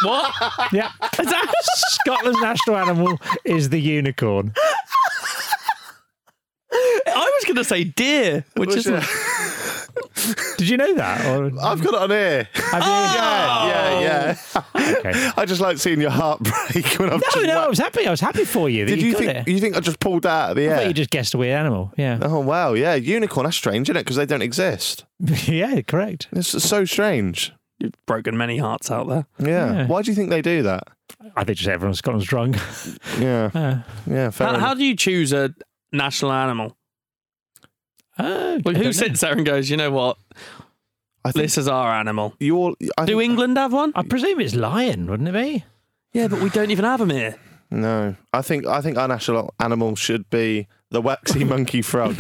Speaker 2: what?
Speaker 4: Yeah. Scotland's national animal is the unicorn.
Speaker 2: I was going to say deer, which is
Speaker 3: What's
Speaker 2: not
Speaker 3: it?
Speaker 4: Did you know that? Or
Speaker 3: I've got it on
Speaker 4: <laughs>
Speaker 3: here. Oh, Yeah, yeah, yeah.
Speaker 4: Okay.
Speaker 3: <laughs> I just like seeing your heart break when I'm
Speaker 4: No,
Speaker 3: just
Speaker 4: no,
Speaker 3: wa-
Speaker 4: I was happy. I was happy for you that
Speaker 3: Did
Speaker 4: you,
Speaker 3: you
Speaker 4: got
Speaker 3: think
Speaker 4: it.
Speaker 3: you think I just pulled that out of the
Speaker 4: I thought
Speaker 3: air?
Speaker 4: you just guessed a weird animal. <laughs> Yeah.
Speaker 3: Oh wow, yeah, unicorn. That's strange, isn't it? Because they don't exist.
Speaker 4: yeah, correct.
Speaker 3: It's so strange.
Speaker 2: You've broken many hearts out there.
Speaker 3: Yeah.
Speaker 4: Yeah.
Speaker 3: Why do you think they do that?
Speaker 4: I think just everyone in Scotland's drunk.
Speaker 3: Yeah.
Speaker 4: Uh,
Speaker 3: Yeah. Fair
Speaker 2: How,
Speaker 3: enough.
Speaker 2: how do you choose a national animal?
Speaker 4: uh,
Speaker 2: Like,
Speaker 4: I don't
Speaker 2: who
Speaker 4: know.
Speaker 2: sits there and goes, you know what?
Speaker 3: I think
Speaker 2: This is our animal.
Speaker 3: you all. I
Speaker 2: Do
Speaker 3: think-
Speaker 2: England have one?
Speaker 4: I presume it's lion, wouldn't it be?
Speaker 2: Yeah, but we don't even have them here.
Speaker 3: No, I think I think our national animal should be the waxy <laughs> monkey
Speaker 4: <laughs>
Speaker 3: frog.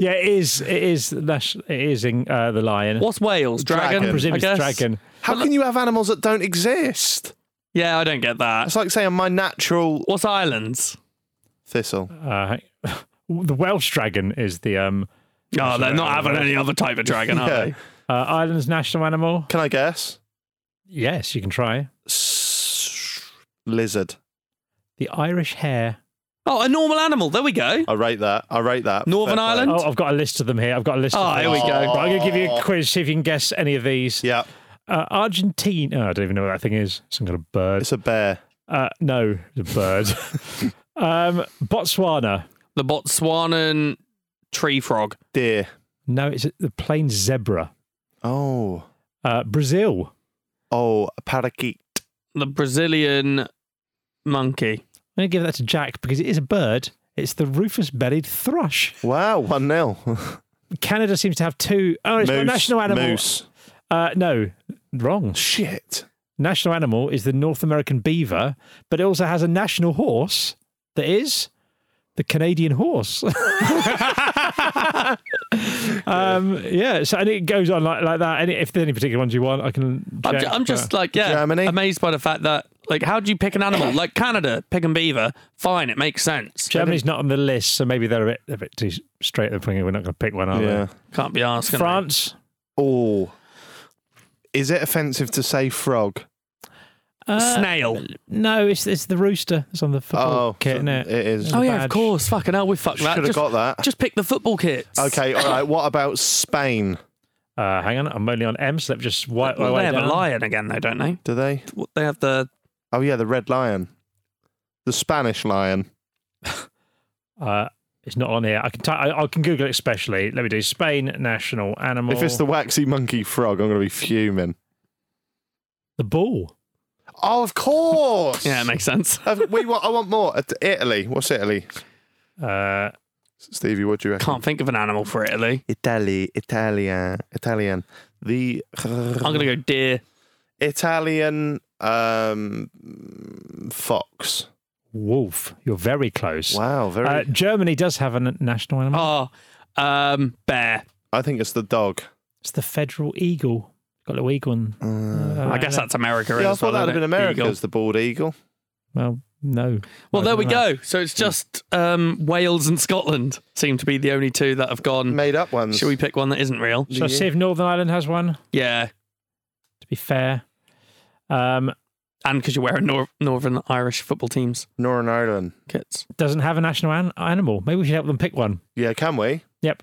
Speaker 4: Yeah, it is. It is. Nash- It is in, uh, the lion.
Speaker 2: What's Wales? Dragon?
Speaker 4: I presume
Speaker 2: I
Speaker 4: it's
Speaker 2: guess?
Speaker 4: dragon.
Speaker 3: How can you have animals that don't exist?
Speaker 2: Yeah, I don't get that.
Speaker 3: That's like saying my natural
Speaker 2: What's islands?
Speaker 3: thistle.
Speaker 4: Uh, <laughs> the Welsh dragon is the um,
Speaker 2: Oh, they're not having any other type of dragon, are
Speaker 3: Yeah.
Speaker 2: they?
Speaker 4: uh, Ireland's national animal.
Speaker 3: Can I guess?
Speaker 4: Yes, you can try
Speaker 3: S- lizard.
Speaker 4: the Irish hare.
Speaker 2: Oh, a normal animal. There we go.
Speaker 3: I rate that. I rate that.
Speaker 2: Northern
Speaker 3: Fair play.
Speaker 2: Ireland?
Speaker 4: Oh, I've got a list of them here. I've got a list.
Speaker 2: Oh,
Speaker 4: of
Speaker 2: here
Speaker 4: them.
Speaker 2: we go.
Speaker 4: Right, I'm going to give you a quiz. See if you can guess any of these.
Speaker 3: Yeah,
Speaker 4: Uh, Argentina. Oh, I don't even know what that thing is. Some kind of bird.
Speaker 3: it's a bear.
Speaker 4: Uh, no, it's
Speaker 2: <laughs>
Speaker 4: a bird. um, Botswana.
Speaker 2: The Botswanan tree frog.
Speaker 3: Deer.
Speaker 4: No, it's a- the plain zebra.
Speaker 3: Oh.
Speaker 4: Uh, Brazil.
Speaker 3: Oh, a parakeet.
Speaker 2: The Brazilian monkey.
Speaker 4: I'm going to give that to Jack because it is a bird. It's the rufous bellied thrush.
Speaker 3: Wow, 1
Speaker 4: <laughs>
Speaker 3: 0.
Speaker 4: Canada seems to have two. Oh, it's
Speaker 3: Moose.
Speaker 4: got a national animal.
Speaker 3: Moose.
Speaker 4: Uh, no, wrong.
Speaker 3: Shit.
Speaker 4: National animal is the North American beaver, but it also has a national horse that is the Canadian horse. <laughs> um, yeah, so and it goes on like, like that. Any, if there's any particular ones you want, I can.
Speaker 2: I'm,
Speaker 4: check.
Speaker 2: ju- I'm just like, yeah,
Speaker 3: Germany?
Speaker 2: amazed by the fact that, like, how do you pick an
Speaker 4: <coughs>
Speaker 2: animal? like Canada, pig and beaver. Fine, it makes sense.
Speaker 4: Germany's not on the list, so maybe they're a bit, a bit too straight at the point. We're not going to pick one, are
Speaker 3: Yeah.
Speaker 2: Can't be asked.
Speaker 4: we?
Speaker 2: can they?
Speaker 4: France.
Speaker 3: Oh. Is it offensive to say frog?
Speaker 4: Uh,
Speaker 2: Snail.
Speaker 4: No, it's it's the rooster. It's on the football
Speaker 3: Oh,
Speaker 4: kit,
Speaker 3: so
Speaker 4: isn't it?
Speaker 3: it is.
Speaker 2: Oh, yeah, of
Speaker 4: badge.
Speaker 2: course. Fucking hell, we fucked that.
Speaker 3: Should have
Speaker 2: Just,
Speaker 3: got that.
Speaker 2: just pick the football kits.
Speaker 3: Okay, all right. What about Spain?
Speaker 4: Uh, hang on, I'm only on M, so let me just wipe my
Speaker 2: Well,
Speaker 4: way
Speaker 2: they have
Speaker 4: down.
Speaker 2: a lion again, though, don't they?
Speaker 3: Do they?
Speaker 2: What- They have the
Speaker 3: Oh, yeah, the red lion. The Spanish lion.
Speaker 4: Uh, it's not on here. I can ty- I, I can Google it especially. Let me do Spain national animal.
Speaker 3: If it's the waxy monkey frog, I'm going to be fuming.
Speaker 4: the bull,
Speaker 3: Oh, of course.
Speaker 2: yeah, it makes sense. <laughs>
Speaker 3: Of- we want, I want more. Uh, Italy. What's Italy?
Speaker 4: uh,
Speaker 3: Stevie, what do you reckon?
Speaker 2: Can't think of an animal for Italy.
Speaker 3: Italy, Italian, Italian. The
Speaker 2: I'm gonna go deer.
Speaker 3: Italian um, fox.
Speaker 4: wolf. You're very close.
Speaker 3: Wow, very.
Speaker 4: Uh, Germany does have a n- national animal.
Speaker 2: Oh, um, bear.
Speaker 3: I think it's the dog.
Speaker 4: It's the federal eagle. Got a little eagle. uh, And,
Speaker 3: Uh,
Speaker 2: I guess that's America.
Speaker 3: Yeah, I
Speaker 2: as
Speaker 3: thought
Speaker 2: well,
Speaker 3: that would have
Speaker 2: isn't
Speaker 3: been
Speaker 2: it?
Speaker 3: America.
Speaker 2: Eagle.
Speaker 3: It's the bald eagle.
Speaker 4: well, no.
Speaker 2: Well,
Speaker 4: I
Speaker 2: there
Speaker 4: don't
Speaker 2: we
Speaker 4: know.
Speaker 2: go. So it's just um, Wales and Scotland seem to be the only two that have gone.
Speaker 3: Made up ones.
Speaker 2: Should we pick one that isn't real?
Speaker 4: Shall I see if Northern Ireland has one?
Speaker 2: Yeah,
Speaker 4: To be fair, um,
Speaker 2: and because you're wearing Nor- Northern Irish football teams
Speaker 3: Northern Ireland.
Speaker 2: kits.
Speaker 4: doesn't have a national an- animal. Maybe we should help them pick one.
Speaker 3: Yeah, can we?
Speaker 2: <laughs>
Speaker 4: Yep.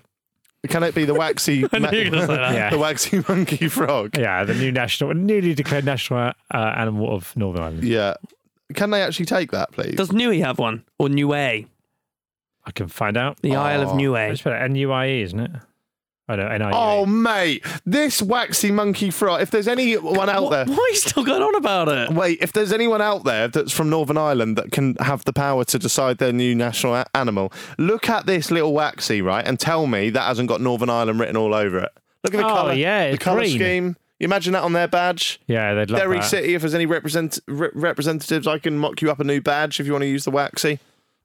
Speaker 3: Can it be the waxy? <laughs>
Speaker 2: I knew you were gonna say that.
Speaker 4: Yeah.
Speaker 3: The waxy monkey frog.
Speaker 4: Yeah, the new national, newly declared national uh, animal of Northern Ireland.
Speaker 3: Yeah. Can they actually take that, please?
Speaker 2: Does Newey have one or Newey?
Speaker 4: I can find out.
Speaker 2: The Isle of
Speaker 3: Oh.
Speaker 2: Newey.
Speaker 4: It's about NUIE, E, isn't it? Oh no, NIE.
Speaker 3: Oh mate, this waxy monkey frog. If there's anyone out there,
Speaker 2: Why are you still going on about it?
Speaker 3: Wait, if there's anyone out there that's from Northern Ireland that can have the power to decide their new national a- animal, look at this little waxy, right, and tell me that hasn't got Northern Ireland written all over it. Look at the
Speaker 4: Oh,
Speaker 3: colour.
Speaker 4: yeah,
Speaker 3: the
Speaker 4: it's
Speaker 3: colour
Speaker 4: green.
Speaker 3: scheme. You imagine that on their badge?
Speaker 4: yeah, they'd love
Speaker 3: Derry
Speaker 4: that.
Speaker 3: City, if there's any represent- re- representatives, I can mock you up a new badge if you want to use the waxy.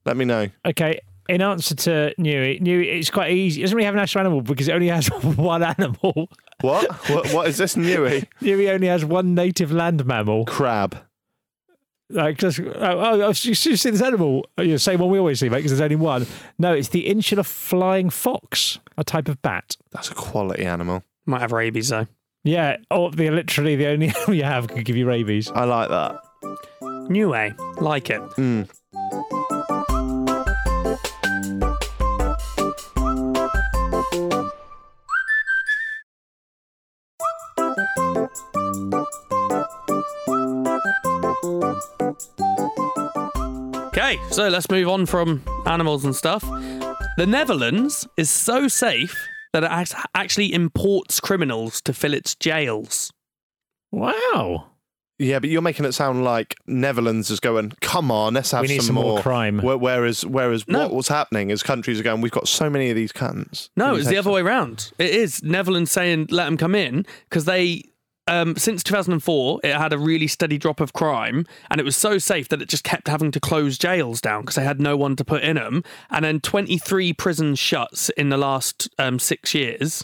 Speaker 3: Let me know.
Speaker 4: Okay, in answer to Newey, Newey, it's quite easy. It doesn't really have a national animal because it only has <laughs> one animal.
Speaker 3: What? <laughs> what, what is this, Newy?
Speaker 4: Newey only has one native land mammal.
Speaker 3: Crab.
Speaker 4: Like, just, oh, oh, oh, you see this animal? Oh, yeah, same one we always see, mate, because there's only one. No, it's the insular flying fox, a type of bat.
Speaker 3: That's a quality animal.
Speaker 2: Might have rabies though.
Speaker 4: Yeah, or they're literally the only <laughs> animal you have could give you rabies.
Speaker 3: I like that.
Speaker 2: Newey, like it. Okay, so let's move on from animals and stuff. The Netherlands is so safe that it act- actually imports criminals to fill its jails.
Speaker 4: Wow.
Speaker 3: Yeah, but you're making it sound like Netherlands is going, come on, let's have
Speaker 4: We need
Speaker 3: some,
Speaker 4: some more crime."
Speaker 3: Wh- Whereas, whereas
Speaker 2: No.
Speaker 3: what was happening is countries are going, we've got so many of these cunts.
Speaker 2: No,
Speaker 3: Can you
Speaker 2: it's the
Speaker 3: take
Speaker 2: other way round. It is Netherlands saying let them come in because they, um, since 2004, it had a really steady drop of crime, and it was so safe that it just kept having to close jails down because they had no one to put in them. And then 23 prisons shuts in the last um, six years,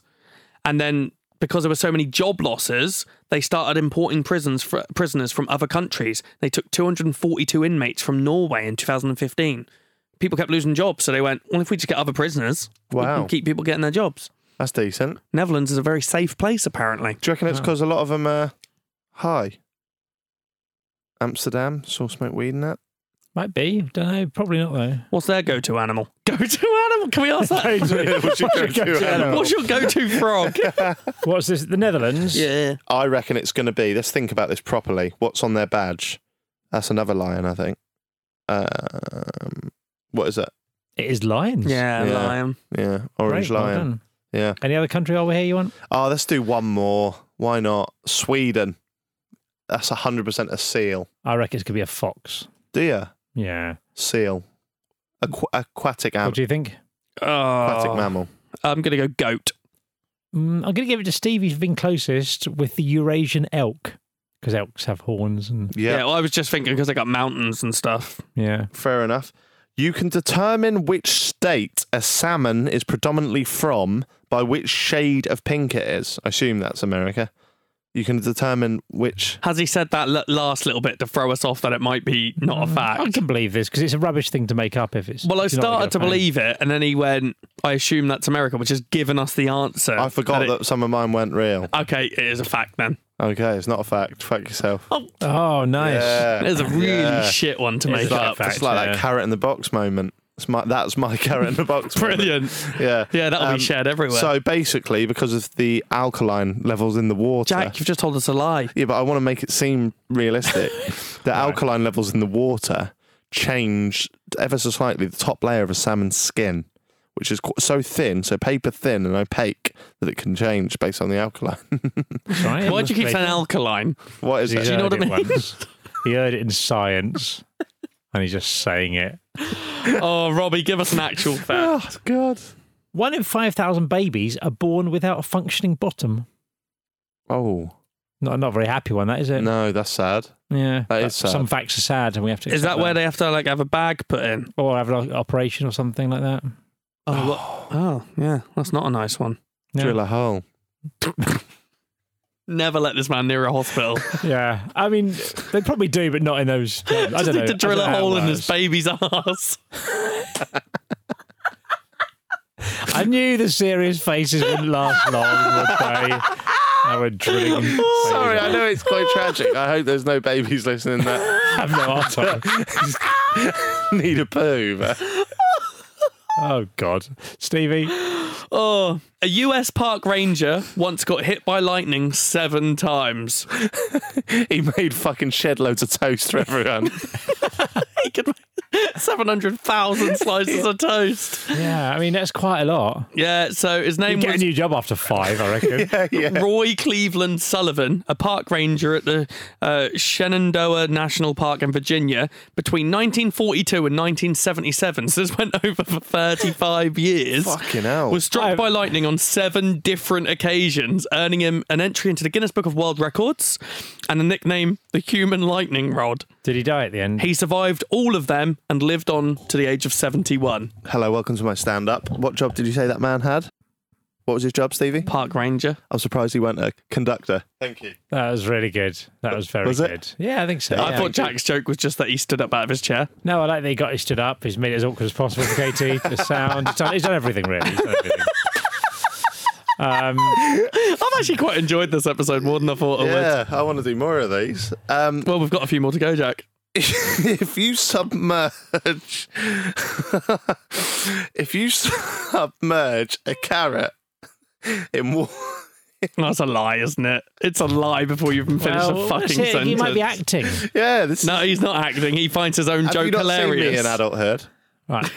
Speaker 2: and then because there were so many job losses, they started importing prisons fr- prisoners from other countries. They took 242 inmates from Norway in 2015. People kept losing jobs, so they went, "Well, if we just get other prisoners, we can
Speaker 3: Wow.
Speaker 2: keep people getting their jobs."
Speaker 3: That's decent.
Speaker 2: Netherlands is a very safe place, apparently.
Speaker 3: Do you
Speaker 4: Oh.
Speaker 3: reckon it's because a lot of uh, them are high? Amsterdam, saw smoke weed and that.
Speaker 4: Might be. Don't know. Probably
Speaker 2: <laughs>
Speaker 4: not though.
Speaker 2: What's their go-to animal? <laughs> Go-to animal? Can we ask that?
Speaker 3: What's your go-to
Speaker 2: <laughs>
Speaker 3: animal?
Speaker 2: What's your go-to <laughs> frog?
Speaker 4: What's this? The Netherlands.
Speaker 2: yeah.
Speaker 3: I reckon it's going to be. Let's think about this properly. What's on their badge? That's another lion, I think. Um, what is it?
Speaker 4: It is lions.
Speaker 2: Yeah,
Speaker 3: Yeah.
Speaker 2: lion.
Speaker 3: Yeah,
Speaker 4: Great,
Speaker 3: orange
Speaker 4: well
Speaker 3: lion.
Speaker 4: done.
Speaker 3: yeah.
Speaker 4: Any other country over here you want?
Speaker 3: Oh, let's do one more. Why not? Sweden. That's hundred percent a seal.
Speaker 4: I reckon it's gonna be a fox.
Speaker 3: Do you?
Speaker 4: Yeah.
Speaker 3: Seal. Aqu- aquatic am-
Speaker 2: Um,
Speaker 4: what do you think?
Speaker 3: aquatic
Speaker 2: Oh,
Speaker 3: mammal.
Speaker 2: I'm gonna go goat.
Speaker 4: Mm, I'm going to give it to Stevie for being closest with the Eurasian elk because elks have horns and
Speaker 2: Yeah.
Speaker 3: Yeah,
Speaker 2: well, I was just thinking because they got mountains and stuff.
Speaker 4: yeah.
Speaker 3: fair enough. You can determine which state a salmon is predominantly from by which shade of pink it is. I assume that's America. You can determine which.
Speaker 2: Has he said that l- last little bit to throw us off that it might be not a
Speaker 4: Mm. I
Speaker 2: fact?
Speaker 4: can believe this because it's a rubbish thing to make up if it's.
Speaker 2: Well, I
Speaker 4: if you're not
Speaker 2: started to
Speaker 4: gonna find it.
Speaker 2: believe it, and then he went, I assume that's America, which has given us the answer.
Speaker 3: I forgot
Speaker 2: it-
Speaker 3: that some of mine weren't real.
Speaker 2: Okay, it is a fact then.
Speaker 3: Okay, it's not a fact. Fuck yourself.
Speaker 4: Oh, nice.
Speaker 3: Yeah.
Speaker 2: It is a really
Speaker 3: Yeah.
Speaker 2: shit one to
Speaker 4: It's
Speaker 2: make
Speaker 4: not a
Speaker 2: up.
Speaker 4: fact.
Speaker 3: It's like that
Speaker 4: yeah.
Speaker 3: carrot in the box moment. It's my, that's my <laughs> carrot in the box. moment.
Speaker 2: Brilliant.
Speaker 3: Yeah.
Speaker 2: Yeah, that'll be shared everywhere.
Speaker 3: Um, So basically, because of the alkaline levels in the water.
Speaker 2: Jack, you've just told us a lie.
Speaker 3: yeah, but I want to make it seem
Speaker 2: <laughs>
Speaker 3: realistic. the alkaline levels in the water change ever so slightly the top layer of a salmon's skin, which is qu- so thin, so paper thin and opaque that it can change based on the alkaline. <laughs>
Speaker 4: Science.
Speaker 2: Why do you keep saying alkaline?
Speaker 3: what is
Speaker 4: He's
Speaker 3: it?
Speaker 2: you know
Speaker 4: heard
Speaker 2: what I
Speaker 4: it
Speaker 2: mean?
Speaker 4: once. he heard it in science, and he's just saying it.
Speaker 2: Oh, Robbie, give us an
Speaker 3: <laughs>
Speaker 2: actual fact.
Speaker 3: Oh, God.
Speaker 4: One in five thousand babies are born without a functioning bottom.
Speaker 3: Oh,
Speaker 4: Not not a very happy one, that is it.
Speaker 3: no, that's sad.
Speaker 4: Yeah,
Speaker 3: That is
Speaker 4: But
Speaker 3: sad.
Speaker 4: Some facts are sad, and we have to.
Speaker 2: Is that where they have to like have a bag put in?
Speaker 4: or have an operation or something like that?
Speaker 2: Oh, oh yeah, that's not a nice one.
Speaker 4: Yeah.
Speaker 3: Drill a hole.
Speaker 2: Never let this man near a hospital.
Speaker 4: Yeah, <laughs> I mean, they probably do, but not in those. I
Speaker 2: <laughs>
Speaker 4: don't
Speaker 2: Just
Speaker 4: know.
Speaker 2: need to
Speaker 4: I
Speaker 2: drill
Speaker 4: don't
Speaker 2: a
Speaker 4: know how
Speaker 2: hole
Speaker 4: it
Speaker 2: in his
Speaker 4: works.
Speaker 2: baby's <laughs> ass.
Speaker 4: I knew the serious faces wouldn't last long, would they? I
Speaker 2: <laughs>
Speaker 4: would drilling.
Speaker 3: Sorry, I know it's quite tragic. I hope there's no babies listening <laughs> that
Speaker 4: have no heart on.
Speaker 3: need a poo. But...
Speaker 4: Oh God, Stevie.
Speaker 2: Oh, a US park ranger once got hit by lightning seven times. <laughs>
Speaker 3: He made fucking shed loads of toast for everyone.
Speaker 2: He could make 700,000 slices of toast.
Speaker 4: Yeah, I mean that's quite a lot.
Speaker 2: Yeah, so his
Speaker 4: You
Speaker 2: name
Speaker 4: get a
Speaker 2: was
Speaker 4: new job after five, I
Speaker 2: <laughs>
Speaker 4: reckon.
Speaker 2: Roy Cleveland Sullivan, a park ranger at the uh, Shenandoah National Park in Virginia between 1942 and 1977. So this went <laughs> over for 35 years.
Speaker 3: Fucking hell.
Speaker 2: Was struck by lightning on seven different occasions, earning him an entry into the Guinness Book of World Records and the nickname the Human Lightning Rod.
Speaker 4: Did he die at the end?
Speaker 2: He survived all of them and lived on to the age of 71.
Speaker 3: Hello, welcome to my stand up. What job did you say that man had? What was his job, Stevie?
Speaker 2: Park ranger.
Speaker 3: I'm surprised he went a conductor. Thank you.
Speaker 4: That was really good. That was very
Speaker 3: Was it?
Speaker 4: good. Yeah, I think so.
Speaker 2: I
Speaker 4: yeah.
Speaker 2: thought Jack's joke was just that he stood up out of his chair.
Speaker 4: No, I like that he got he stood up. He's made it as awkward as possible for Katie. The sound. He's done, he's done everything really. He's done
Speaker 2: <laughs>
Speaker 4: everything. Um,
Speaker 2: I've actually quite enjoyed this episode more than I thought I would.
Speaker 3: Yeah, I want to do more of these. Um, <laughs>
Speaker 2: Well, we've got a few more to go, Jack.
Speaker 3: if you submerge, <laughs> if you submerge a carrot in water,
Speaker 2: That's a lie, isn't it? It's a lie before you even finish
Speaker 4: well,
Speaker 2: a
Speaker 4: that's
Speaker 2: fucking
Speaker 4: it.
Speaker 2: sentence.
Speaker 4: You might be acting.
Speaker 3: <laughs> yeah, this
Speaker 2: no, he's not acting. He finds his own
Speaker 3: Have
Speaker 2: joke
Speaker 3: you not
Speaker 2: hilarious.
Speaker 3: seen me in adulthood?
Speaker 2: <laughs>
Speaker 4: Right.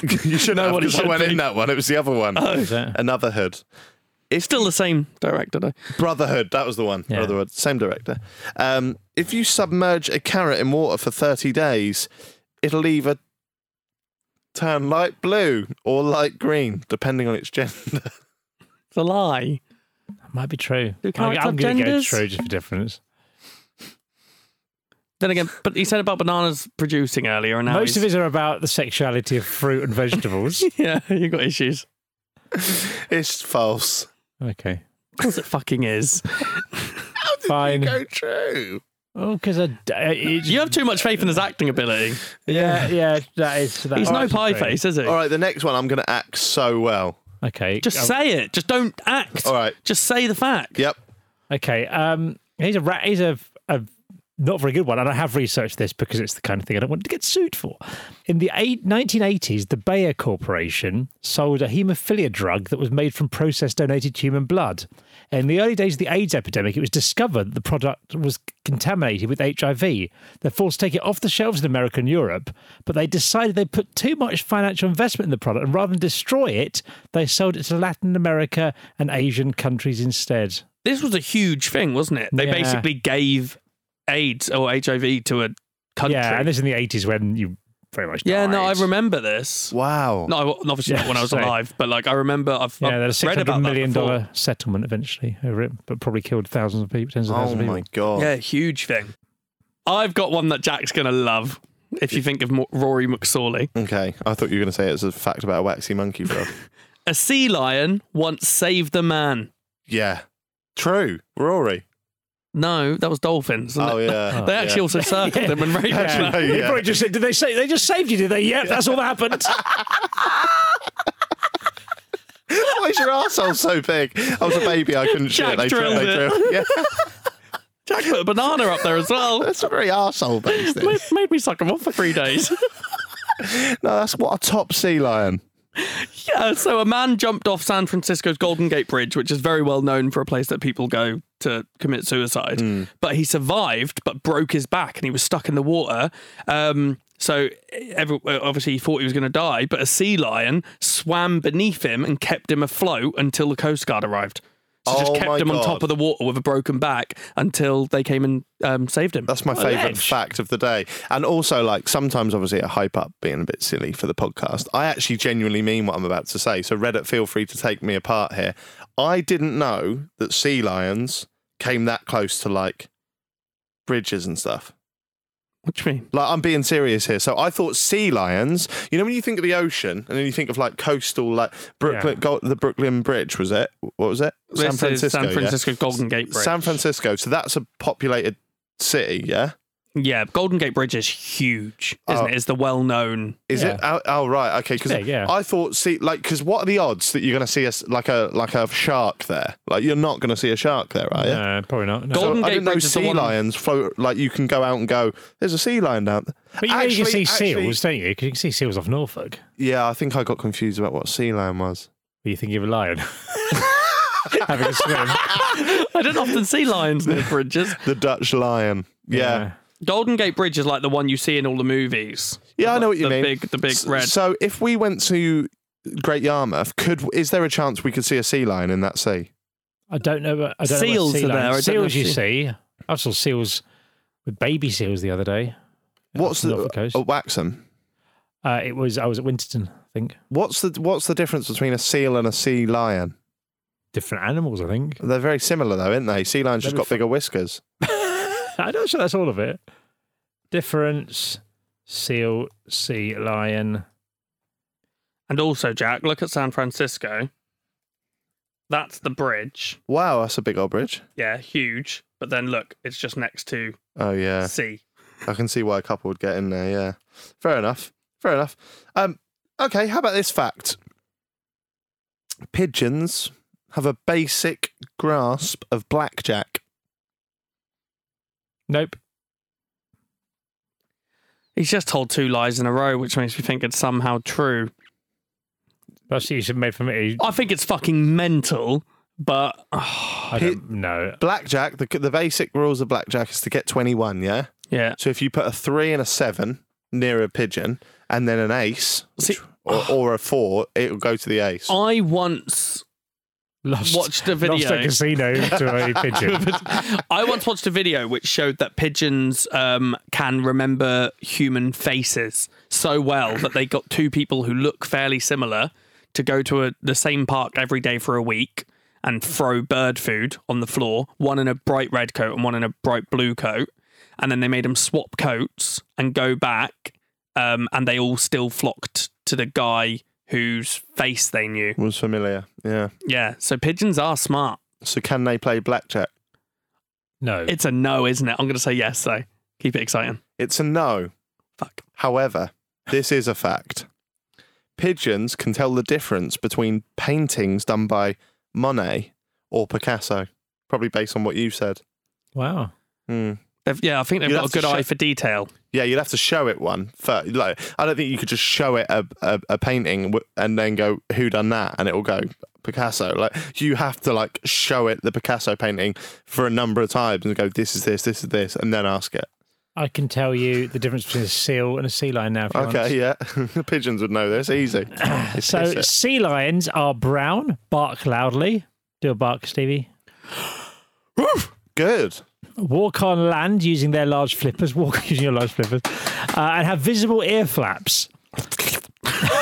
Speaker 3: <laughs> you should know
Speaker 2: what it
Speaker 3: because I
Speaker 2: should Uh.
Speaker 3: went
Speaker 2: be.
Speaker 3: in that one. It was the other one.
Speaker 2: Oh.
Speaker 4: it?
Speaker 3: Another hood.
Speaker 2: It's still the same director, though.
Speaker 3: Brotherhood, that was the one.
Speaker 4: Yeah.
Speaker 3: Brotherhood, same director. Um, if you submerge a carrot in water for 30 days, it'll either turn light blue or light green, depending on its gender. <laughs>
Speaker 2: It's a lie.
Speaker 4: Might be true.
Speaker 2: Do
Speaker 4: I'm,
Speaker 2: character
Speaker 4: I'm going to go
Speaker 2: genders?
Speaker 4: true just
Speaker 2: <laughs>
Speaker 4: for difference.
Speaker 2: Then again, but he said about bananas producing earlier, and now
Speaker 4: Most of
Speaker 2: he's-
Speaker 4: his are about the sexuality of fruit
Speaker 2: <laughs>
Speaker 4: and vegetables.
Speaker 2: Yeah, you got issues.
Speaker 3: It's false.
Speaker 4: okay.
Speaker 2: Of course, it fucking is.
Speaker 4: Fine.
Speaker 3: Go true.
Speaker 4: Oh, because I. d-
Speaker 2: <laughs>
Speaker 4: I- it-
Speaker 2: You have too much faith in his acting ability.
Speaker 4: yeah, yeah, that is. That
Speaker 2: He's
Speaker 4: is
Speaker 2: no
Speaker 4: true.
Speaker 2: pie face, is he?
Speaker 3: All right, the next one I'm going to act so well.
Speaker 4: Okay.
Speaker 2: Just
Speaker 4: um,
Speaker 2: say it. Just don't act.
Speaker 3: All right.
Speaker 2: Just say the fact.
Speaker 3: Yep.
Speaker 4: Okay. Um, he's a rat. He's a, a not a very good one. And I have researched this because it's the kind of thing I don't want to get sued for. In the eight, 1980s, the Bayer Corporation sold a haemophilia drug that was made from processed donated human blood. In the early days of the AIDS epidemic, it was discovered that the product was contaminated with HIV. They're forced to take it off the shelves in America and Europe, but they decided they put too much financial investment in the product, and rather than destroy it, they sold it to Latin America and Asian countries instead.
Speaker 2: This was a huge thing, wasn't it? They
Speaker 4: Yeah.
Speaker 2: basically gave AIDS or HIV to a country.
Speaker 4: Yeah, and this is in the 80s when you very much
Speaker 2: Yeah, no, I
Speaker 4: died.
Speaker 2: remember this.
Speaker 3: Wow.
Speaker 2: No, I- well, obviously not
Speaker 4: Yeah,
Speaker 2: when I was
Speaker 4: sorry.
Speaker 2: alive, but like I remember I've,
Speaker 4: Yeah,
Speaker 2: I've
Speaker 4: there's a six
Speaker 2: read
Speaker 4: hundred
Speaker 2: about
Speaker 4: million
Speaker 2: that before.
Speaker 4: dollar settlement eventually over it, but probably killed thousands of people, tens of
Speaker 3: Oh
Speaker 4: thousands of
Speaker 3: my
Speaker 4: people.
Speaker 3: god.
Speaker 2: Yeah, huge thing. I've got one that Jack's gonna love. If you think of Mo- Rory McSorley,
Speaker 3: Okay. I thought you were going to say it's a fact about a waxy
Speaker 2: <laughs>
Speaker 3: monkey, bro.
Speaker 2: a sea lion once saved a man.
Speaker 3: yeah. True. Rory.
Speaker 2: No, that was dolphins. wasn't
Speaker 3: Oh
Speaker 2: it?
Speaker 3: yeah.
Speaker 2: They actually
Speaker 3: <laughs> yeah.
Speaker 2: also circled them
Speaker 4: <laughs>
Speaker 2: and raped <laughs> them.
Speaker 3: Yeah.
Speaker 4: You probably just said, did they say they just saved you? Did they? Yep, that's all that
Speaker 3: <laughs>
Speaker 4: happened.
Speaker 3: Why is your asshole so big? I was a baby. I couldn't see
Speaker 2: Jack
Speaker 3: it. They
Speaker 2: drilled
Speaker 3: they
Speaker 2: it.
Speaker 3: drilled. Yeah. <laughs>
Speaker 2: Jack put a banana up there as well.
Speaker 3: That's a very asshole based thing.
Speaker 2: made, made me suck him off for three days.
Speaker 3: No, that's what a top sea lion.
Speaker 2: yeah, so a man jumped off San Francisco's Golden Gate Bridge, which is very well known for a place that people go to commit suicide.
Speaker 3: Hmm.
Speaker 2: But he survived, but broke his back and he was stuck in the water. Um, so every, eh, obviously he thought he was going to die, but a sea lion swam beneath him and kept him afloat until the Coast Guard arrived. So just
Speaker 3: Oh
Speaker 2: kept
Speaker 3: my
Speaker 2: him on
Speaker 3: God.
Speaker 2: top of the water with a broken back until they came and um, saved him.
Speaker 3: That's my favourite fact of the day. And also, like, sometimes obviously I hype up being a bit silly for the podcast. I actually genuinely mean what I'm about to say. So, Reddit, feel free to take me apart here. I didn't know that sea lions came that close to like bridges and stuff.
Speaker 2: what do you mean?
Speaker 3: Like, I'm being serious here. So, I thought sea lions, you know, when you think of the ocean and then you think of like coastal, like Brooklyn, Go- the Brooklyn Bridge, was it? What was it?
Speaker 2: This is San
Speaker 3: yeah?
Speaker 2: Francisco's Golden Gate Bridge.
Speaker 3: San Francisco. So, that's a populated city, yeah?
Speaker 2: Yeah, Golden Gate Bridge is huge, isn't
Speaker 3: Oh.
Speaker 2: it? It's the
Speaker 3: <laughs>
Speaker 2: well-known.
Speaker 3: Is it? Oh, oh right, okay. Because
Speaker 4: big, yeah.
Speaker 3: I thought, see, like, because what are the odds that you're going to see us like a like a shark there? Like, you're not going to see a shark there, are you?
Speaker 4: No, probably not. no.
Speaker 2: Golden
Speaker 3: I
Speaker 2: Gate
Speaker 3: didn't know
Speaker 2: Bridge is the
Speaker 3: sea
Speaker 2: one.
Speaker 3: lions float. Like, you can go out and go. There's a sea lion down. there."
Speaker 4: But you, know you can
Speaker 3: Actually-
Speaker 4: see
Speaker 3: actually-
Speaker 4: seals, don't you? 'Cause you can see seals off Norfolk.
Speaker 3: Yeah, I think I got confused about what a sea lion was.
Speaker 4: But you think you're a lion. <laughs> Having a swim.
Speaker 2: I don't often see lions <laughs> near bridges.
Speaker 3: The Dutch lion. Yeah. Yeah,
Speaker 2: Golden Gate Bridge is like the one you see in all the movies.
Speaker 3: I know what you
Speaker 2: the
Speaker 3: mean.
Speaker 2: Big, the big
Speaker 3: S-
Speaker 2: red.
Speaker 3: So, if we went to Great Yarmouth, could is there a chance we could see a sea lion in that sea?
Speaker 4: I don't know. about- I don't
Speaker 2: Seals
Speaker 4: know about sea
Speaker 2: are there,
Speaker 4: lions.
Speaker 2: I don't know
Speaker 4: Seals
Speaker 2: if
Speaker 4: you
Speaker 2: you-
Speaker 4: see. I saw seals with baby seals the other day.
Speaker 3: What's
Speaker 4: the
Speaker 3: the
Speaker 4: Norfolk coast.
Speaker 3: uh, Waxham?
Speaker 4: Uh, it was I was at Winterton, I think.
Speaker 3: What's the what's the difference between a seal and a sea lion?
Speaker 4: Different animals, I think.
Speaker 3: They're very similar though, aren't they? Sea lions just got bigger whiskers.
Speaker 4: I'm not sure that's all of it. Difference, seal, sea lion.
Speaker 2: and also, Jack, look at San Francisco. That's the bridge.
Speaker 3: Wow, that's a big old bridge.
Speaker 2: Yeah, huge. But then look, it's just next to
Speaker 3: Oh yeah,
Speaker 2: sea.
Speaker 3: I can see why a couple would get in there. Yeah, fair enough. Fair enough. Um, okay, how about this fact? Pigeons have a basic grasp of blackjack.
Speaker 4: Nope.
Speaker 2: He's just told two lies in a row, which makes me think it's somehow true.
Speaker 4: That's what you should made for me.
Speaker 2: I think it's fucking mental, but <sighs>
Speaker 3: Oh,
Speaker 4: I don't know.
Speaker 3: Blackjack. The the basic rules of blackjack is to get twenty one. Yeah.
Speaker 2: yeah.
Speaker 3: So if you put a three and a seven near a pigeon, and then an ace,
Speaker 2: See- Oh.
Speaker 3: or, or a four, it'll go to the ace.
Speaker 2: I once
Speaker 4: Lost,
Speaker 2: Watched a
Speaker 4: Lost a
Speaker 2: video.
Speaker 4: casino to a pigeon.
Speaker 3: <laughs>
Speaker 2: I once watched a video which showed that pigeons um, can remember human faces so well that they got two people who look fairly similar to go to a, the same park every day for a week and throw bird food on the floor, one in a bright red coat and one in a bright blue coat. And then they made them swap coats and go back, um, and they all still flocked to the guy whose face they knew.
Speaker 3: was familiar. Yeah.
Speaker 2: Yeah, so pigeons are smart.
Speaker 3: So can they play blackjack?
Speaker 4: No.
Speaker 2: It's a no, isn't it? I'm going to say yes, though. Keep it exciting.
Speaker 3: It's a no.
Speaker 2: Fuck.
Speaker 3: However, this is a fact. Pigeons can tell the difference between paintings done by Monet or Picasso, probably based on what you said.
Speaker 4: wow.
Speaker 3: Hmm.
Speaker 2: They've, yeah, I think they've
Speaker 3: You'd
Speaker 2: got
Speaker 3: have
Speaker 2: a
Speaker 3: to
Speaker 2: good eye
Speaker 3: show-
Speaker 2: for detail.
Speaker 3: Yeah, you'd have to show it one first. Like, I don't think you could just show it a, a, a painting w- and then go, "Who done that?" and it will go Picasso. Like, you have to like show it the Picasso painting for a number of times and go, "This is this, this is this," and then ask it.
Speaker 4: I can tell you the difference between a seal and a sea lion now. If you want.
Speaker 3: Okay, yeah, <laughs> pigeons would know this easy. They piss
Speaker 4: So
Speaker 3: it.
Speaker 4: sea lions are brown, bark loudly. Do a bark, Stevie.
Speaker 3: good.
Speaker 4: Walk on land using their large flippers. Walk <laughs> using your large flippers, uh, and have visible ear flaps. <laughs>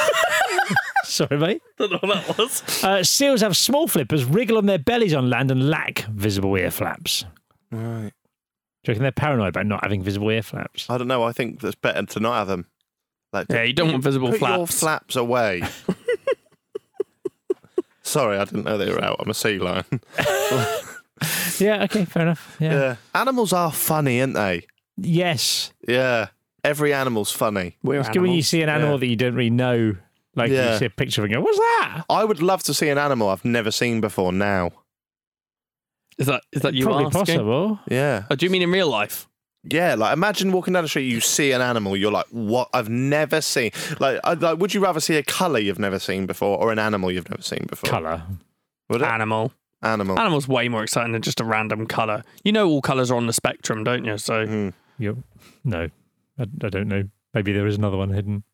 Speaker 4: Sorry, mate.
Speaker 2: don't know what that was.
Speaker 4: Uh, seals have small flippers, wriggle on their bellies on land, and lack visible ear flaps.
Speaker 3: Right.
Speaker 4: Do you reckon they're paranoid about not having visible ear flaps?
Speaker 3: I don't know. I think that's better to not have them. Like,
Speaker 2: Yeah, you don't want visible
Speaker 3: put your
Speaker 2: flaps.
Speaker 3: flaps away. <laughs> Sorry, I didn't know they were out. I'm a
Speaker 2: <laughs>
Speaker 3: sea lion.
Speaker 4: Yeah. Okay. Fair enough. Yeah.
Speaker 3: Yeah. Animals are funny, aren't they?
Speaker 4: Yes.
Speaker 3: Yeah. Every animal's funny.
Speaker 2: We're
Speaker 4: It's good when you see an animal
Speaker 3: Yeah.
Speaker 4: that you don't really know. Like
Speaker 3: Yeah.
Speaker 4: you see a picture of it and go, "What's that?"
Speaker 3: I would love to see an animal I've never seen before now.
Speaker 2: Is that is that you
Speaker 4: Probably
Speaker 2: asking?
Speaker 4: possible.
Speaker 3: Yeah.
Speaker 2: Oh, do you mean in real life?
Speaker 3: Yeah, like imagine walking down the street, you see an animal, you're like, what? I've never seen. Like, I, like would you rather see a colour you've never seen before or an animal you've never seen before?
Speaker 4: Color.
Speaker 3: Would it?
Speaker 2: Animal.
Speaker 3: animal.
Speaker 2: Animal's way more exciting than just a random colour. You know all colours are on the spectrum, don't you? So
Speaker 3: Hmm.
Speaker 4: Yep. No, I, I don't know. Maybe there is another one hidden.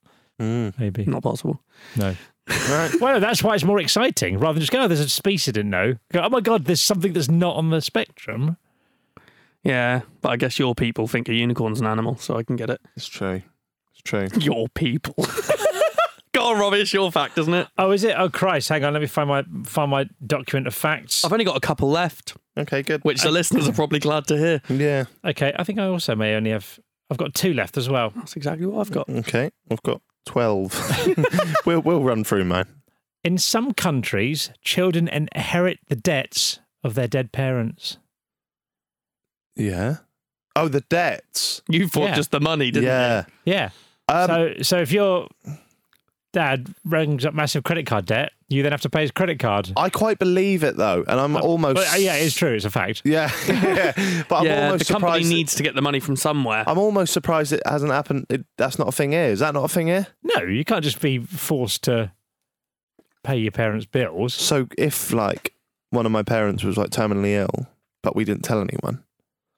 Speaker 4: Maybe.
Speaker 2: not possible.
Speaker 4: No.
Speaker 3: Right.
Speaker 4: Well, that's why it's more exciting. Rather than just go, oh, there's a species I didn't know. Go, oh my God, there's something that's not on the spectrum.
Speaker 2: Yeah, but I guess your people think a unicorn's an animal, so I can get it.
Speaker 3: It's true. It's true.
Speaker 2: Your people. <laughs> Go on, Robbie, it's your fact, isn't it?
Speaker 4: Oh, is it? Oh Christ! Hang on, let me find my find my document of facts.
Speaker 2: I've only got a couple left,
Speaker 3: Okay, good.
Speaker 2: which the <laughs> listeners are probably glad to hear.
Speaker 3: Yeah.
Speaker 4: Okay, I think I also may only have. I've got two left as well.
Speaker 2: That's exactly what I've got.
Speaker 3: Okay. I've got
Speaker 4: <laughs>
Speaker 3: 12. <laughs> we'll, we'll run through mine.
Speaker 4: In some countries, children inherit the debts of their dead parents.
Speaker 3: Yeah. Oh, the debts.
Speaker 2: You thought
Speaker 4: Yeah.
Speaker 2: just the money, didn't
Speaker 3: yeah.
Speaker 2: you?
Speaker 4: Yeah.
Speaker 3: Um,
Speaker 4: so, so if your dad rings up massive credit card debt, you then have to pay his credit card.
Speaker 3: I quite believe it though, and I'm almost.
Speaker 4: But, uh, yeah, it's true. It's a fact.
Speaker 3: <laughs>
Speaker 4: <laughs>
Speaker 3: Yeah, but I'm
Speaker 2: yeah,
Speaker 3: almost
Speaker 2: the company
Speaker 3: surprised.
Speaker 2: needs to get the money from somewhere.
Speaker 3: I'm almost surprised it hasn't happened. It, that's not a thing here. Is that not a thing here?
Speaker 4: No, you can't just be forced to pay your parents' bills.
Speaker 3: So if like one of my parents was like terminally ill, but we didn't tell anyone,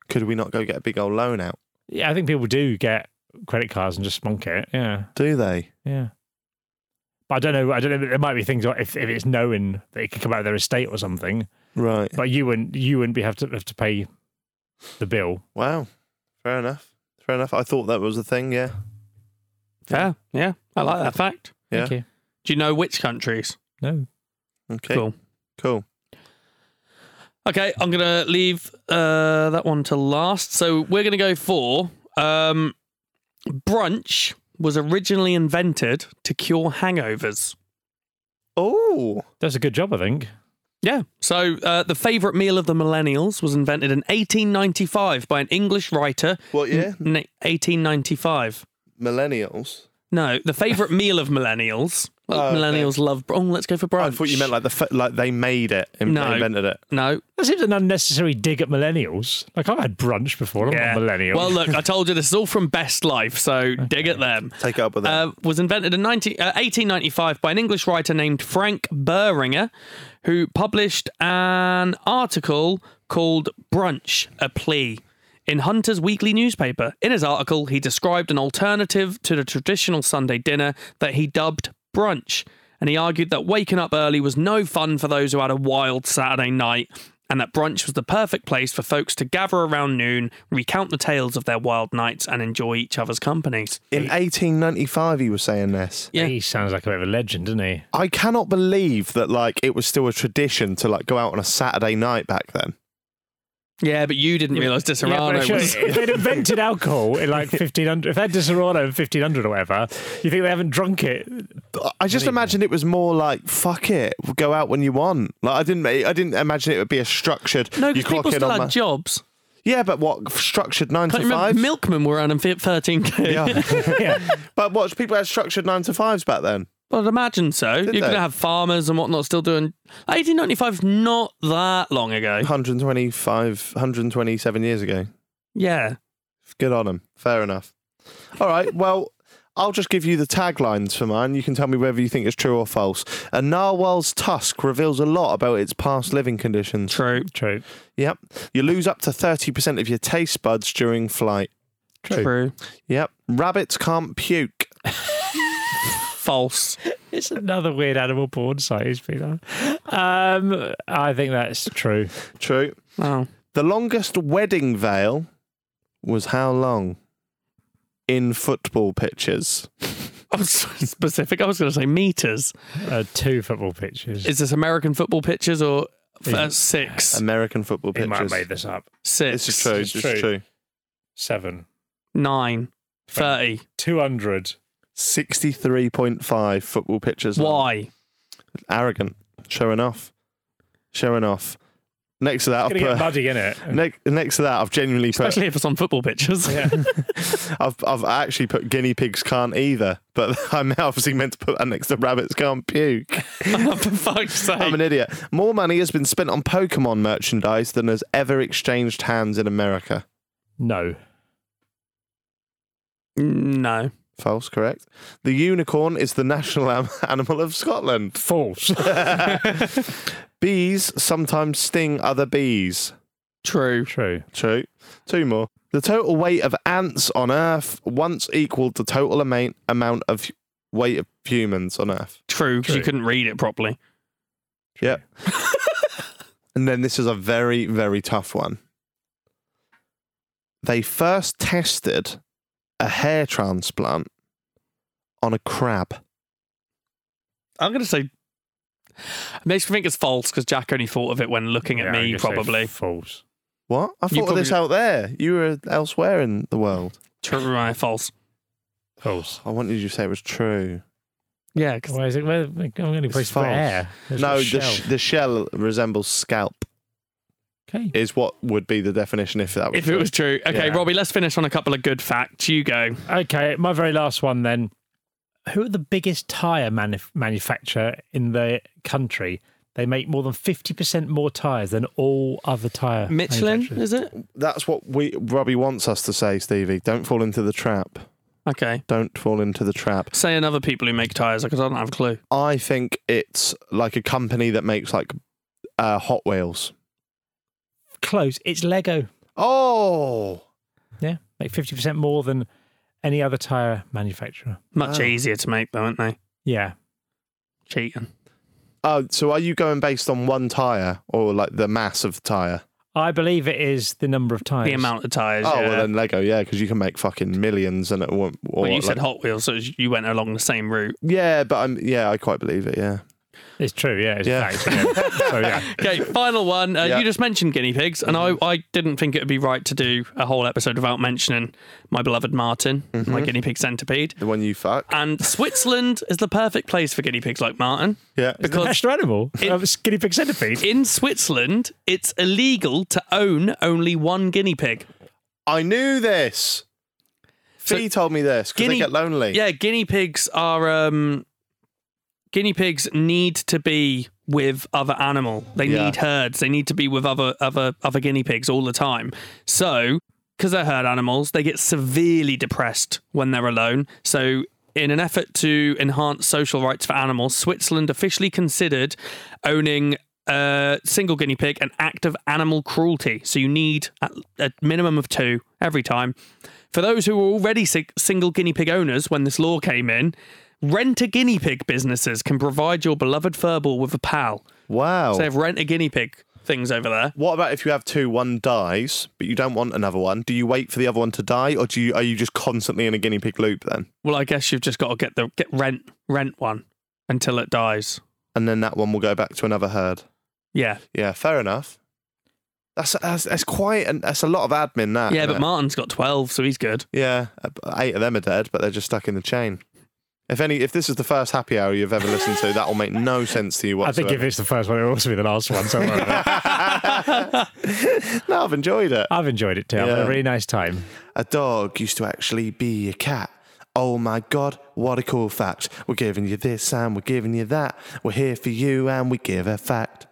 Speaker 3: could we not go get a big old loan out?
Speaker 4: Yeah, I think people do get credit cards and just spunk it. Yeah,
Speaker 3: Do they?
Speaker 4: yeah. But I don't know. I don't know. There might be things like if, if it's known that it could come out of their estate or something.
Speaker 3: Right.
Speaker 4: But you wouldn't. You wouldn't be have to have to pay the bill.
Speaker 3: Wow. Fair enough. Fair enough. I thought that was a thing. Yeah.
Speaker 2: yeah, yeah, I like that fact.
Speaker 3: Yeah.
Speaker 4: Thank you.
Speaker 2: Do you know which countries?
Speaker 4: No.
Speaker 3: Okay.
Speaker 2: Cool.
Speaker 3: Cool.
Speaker 2: Okay, I'm gonna leave uh, that one to last. So we're gonna go for um, brunch was originally invented to cure hangovers.
Speaker 3: Oh.
Speaker 4: That's a good job, I think.
Speaker 2: Yeah. So uh, the favourite meal of the millennials was invented in 1895 by an English writer.
Speaker 3: What year?
Speaker 2: N- 1895.
Speaker 3: Millennials.
Speaker 2: No, the favourite meal of millennials. Well,
Speaker 3: <laughs> Oh, okay.
Speaker 2: millennials love. Br- oh, let's go for brunch.
Speaker 3: I thought you meant like the f- like they made it, and
Speaker 2: No.
Speaker 3: invented it.
Speaker 2: No.
Speaker 4: That seems an unnecessary dig at millennials. Like I've had brunch before. I'm not a millennial.
Speaker 2: Well, look, I told you this is all from Best Life,
Speaker 3: <laughs>
Speaker 2: so dig at them.
Speaker 3: Take it up with them.
Speaker 2: uh, was invented in 19, uh, 1895 by an English writer named Frank Beringer, who published an article called Brunch, a Plea, in Hunter's Weekly newspaper. In his article, he described an alternative to the traditional Sunday dinner that he dubbed brunch. And he argued that waking up early was no fun for those who had a wild Saturday night, and that brunch was the perfect place for folks to gather around noon, recount the tales of their wild nights, and enjoy each other's companies.
Speaker 3: In 1895, he was saying this.
Speaker 2: yeah.
Speaker 4: he sounds like a bit of a legend, doesn't he?
Speaker 3: I cannot believe that like it was still a tradition to like go out on a Saturday night back then.
Speaker 2: Yeah, but you didn't realise
Speaker 4: Yeah,
Speaker 2: Disaronno
Speaker 4: but sure,
Speaker 2: was.
Speaker 4: if they'd invented alcohol in like 1500, if they had Disaronno in 1500 or whatever, you think they haven't drunk it? <laughs>
Speaker 3: I just imagined it was more like fuck it, go out when you want. Like I didn't, I didn't imagine it would be a structured.
Speaker 2: <laughs> No,
Speaker 3: you
Speaker 2: because people
Speaker 3: clock in
Speaker 2: still
Speaker 3: on
Speaker 2: had
Speaker 3: my-
Speaker 2: jobs.
Speaker 3: Yeah, but what structured nine
Speaker 2: Can't
Speaker 3: to
Speaker 2: you remember
Speaker 3: five?
Speaker 2: milkmen were earning fi- 13k?
Speaker 3: yeah,
Speaker 4: Yeah.
Speaker 3: but what people had structured nine to fives back then.
Speaker 2: <laughs> Well, I'd imagine so. You're going
Speaker 3: they?
Speaker 2: to have farmers and whatnot still doing. 1895 is not that long ago.
Speaker 3: 125, 127 years ago.
Speaker 2: Yeah.
Speaker 3: Good on him. Fair enough. All right. Well, I'll just give you the taglines for mine. You can tell me whether you think it's true or false. A narwhal's tusk reveals a lot about its past living conditions.
Speaker 2: True.
Speaker 4: True.
Speaker 3: Yep. You lose up to 30% of your taste buds during flight.
Speaker 2: True.
Speaker 3: Yep. Rabbits can't puke.
Speaker 2: False.
Speaker 4: It's another weird animal porn site he's been on. Um, I think that's true.
Speaker 3: True.
Speaker 2: Oh.
Speaker 3: The longest wedding veil was how long? In football
Speaker 4: <laughs>
Speaker 3: pitches.
Speaker 2: I was so specific. I was going to say meters.
Speaker 4: Uh, two football pitches.
Speaker 2: Is this American football pitches or f- uh, six?
Speaker 3: American football
Speaker 4: he
Speaker 3: pitches.
Speaker 4: might have made this up.
Speaker 2: Six.
Speaker 3: Um, This is true.
Speaker 4: It's
Speaker 3: This is
Speaker 4: true.
Speaker 3: true.
Speaker 4: Seven.
Speaker 2: Nine. Thirty.
Speaker 4: 200.
Speaker 3: 63.5 football pitches.
Speaker 2: Why?
Speaker 3: Arrogant. Showing off. Showing off. Next to that, I've
Speaker 4: Gonna get
Speaker 3: put.
Speaker 4: muddy,
Speaker 3: <laughs>
Speaker 4: innit?
Speaker 3: Ne- next to that, I've genuinely put.
Speaker 2: Especially if it's on football pitches.
Speaker 4: Yeah.
Speaker 3: I've, I've actually put guinea pigs can't either, but <laughs> I'm obviously meant to put that next to rabbits can't
Speaker 2: <laughs>
Speaker 3: puke.
Speaker 2: For fuck's sake.
Speaker 3: I'm an idiot. More money has been spent on Pokemon merchandise than has ever exchanged hands in America.
Speaker 4: No.
Speaker 2: no.
Speaker 3: False, correct? The unicorn is the national <laughs> am- animal of Scotland.
Speaker 4: False.
Speaker 3: Bees sometimes sting other bees.
Speaker 2: True.
Speaker 4: true.
Speaker 3: True. Two more. The total weight of ants on Earth once equaled the total amount amount of weight of humans on Earth.
Speaker 2: True. 'cause You
Speaker 4: True.
Speaker 2: couldn't read it properly.
Speaker 3: Yep. <laughs> and then this is a very, very tough one. They first tested a hair transplant on a crab.
Speaker 2: I'm going to say. Makes me think it's false because Jack only thought of it when looking at
Speaker 4: Yeah, I'm
Speaker 2: me,
Speaker 4: gonna say
Speaker 2: probably.
Speaker 4: False.
Speaker 3: What? I thought
Speaker 2: You
Speaker 3: of this out there. You were elsewhere in the world.
Speaker 2: True. Right, false.
Speaker 4: False.
Speaker 3: I wanted you to say it was true.
Speaker 2: Yeah. 'cause-
Speaker 4: Where is it? Where, I'm going to place for
Speaker 3: false.
Speaker 4: air. There's
Speaker 3: no,
Speaker 4: a
Speaker 3: the,
Speaker 4: shell.
Speaker 3: sh- the shell resembles scalp,
Speaker 4: okay.
Speaker 3: is what would be the definition if that was
Speaker 2: if it was true. Okay,
Speaker 3: Yeah.
Speaker 2: Robbie, let's finish on a couple of good facts. You go.
Speaker 4: Okay, my very last one then. Who are the biggest tyre manuf- manufacturer in the country? They make more than 50% more tyres than all other tyre
Speaker 2: Michelin,
Speaker 4: manufacturers.
Speaker 2: is it?
Speaker 3: That's what we Robbie wants us to say, Stevie. Don't fall into the trap.
Speaker 2: Okay.
Speaker 3: Don't fall into the trap.
Speaker 2: Say another people who make tyres because I don't have a clue.
Speaker 3: I think it's like a company that makes like uh, Hot Wheels.
Speaker 4: Close. It's Lego.
Speaker 3: Oh,
Speaker 4: Yeah, make 50% more than any other tyre manufacturer.
Speaker 2: Much
Speaker 3: Oh.
Speaker 2: easier to make though, aren't they?
Speaker 4: Yeah.
Speaker 2: Cheating.
Speaker 3: oh. So are you going based on one tire or like the mass of the tire?
Speaker 4: I believe it is the number of tyres.
Speaker 2: The amount of tyres.
Speaker 3: Oh,
Speaker 2: yeah.
Speaker 3: well then Lego, yeah, because you can make fucking millions and it won't. Or
Speaker 2: Well, you said
Speaker 3: like-
Speaker 2: Hot Wheels, so you went along the same route.
Speaker 3: Yeah, but I'm. Yeah, I quite believe it. Yeah.
Speaker 4: It's true, yeah. It's
Speaker 3: Yeah.
Speaker 4: yeah. so, yeah.
Speaker 3: <laughs>
Speaker 2: Okay, final one. Uh,
Speaker 3: Yeah. Mm-hmm.
Speaker 2: You just mentioned guinea pigs, and I, I didn't think it would be right to do a whole episode without mentioning my beloved Martin,
Speaker 3: Mm-hmm.
Speaker 2: my guinea pig centipede.
Speaker 3: The one you fuck.
Speaker 2: And Switzerland is the perfect place for guinea pigs like Martin.
Speaker 3: Yeah.
Speaker 2: Because
Speaker 4: National animal. Uh, skinny pig centipede.
Speaker 2: in Switzerland, it's illegal to own only one guinea pig.
Speaker 3: I knew this. Fee told me this because they get lonely.
Speaker 2: Yeah, guinea pigs are. Um, guinea pigs need to be with other animal. They
Speaker 3: Yeah.
Speaker 2: need herds. They need to be with other other other guinea pigs all the time. So, because they're herd animals, they get severely depressed when they're alone. So. In an effort to enhance social rights for animals, Switzerland officially considered owning a single guinea pig an act of animal cruelty. So you need a, a minimum of two every time. For those who were already si- single guinea pig owners when this law came in, rent a guinea pig businesses can provide your beloved furball with a pal.
Speaker 3: Wow.
Speaker 2: So they have rent a guinea pig things over there.
Speaker 3: What about if you have two, one dies, but you don't want another one? Do you wait for the other one to die, or do you are you just constantly in a guinea pig loop then?
Speaker 2: Well, I guess you've just got to get the get rent rent one until it dies.
Speaker 3: And then that one will go back to another herd.
Speaker 2: Yeah,
Speaker 3: Yeah, fair enough. That's that's, that's quite and that's a lot of admin now.
Speaker 2: yeah. But Martin's got twelve, so he's good.
Speaker 3: yeah, uh, eight of them are dead, but they're just stuck in the chain. If any, if this is the first happy hour you've ever listened to, that will make no sense to you
Speaker 4: I think
Speaker 3: whatsoever.
Speaker 4: if it's the first one, it'll also be the last one. So don't worry about it.
Speaker 3: no, I've enjoyed it.
Speaker 4: I've enjoyed it too. I've had
Speaker 3: Yeah.
Speaker 4: a really nice time.
Speaker 3: A dog used to actually be a cat. Oh my god, what a cool fact. We're giving you this and we're giving you that. We're here for you and we give a fact.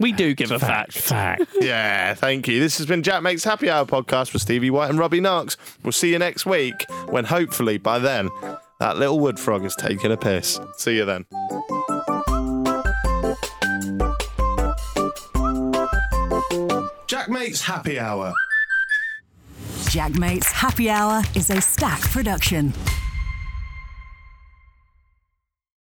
Speaker 2: We do give a fact.
Speaker 4: Fact.
Speaker 3: Yeah, thank you. This has been Jack Makes Happy Hour podcast with Stevie White and Robbie Knox. We'll see you next week when hopefully by then that little wood frog has taken a piss. See you then. Jack Makes Happy Hour.
Speaker 6: Jackmates Happy Hour is a stack production.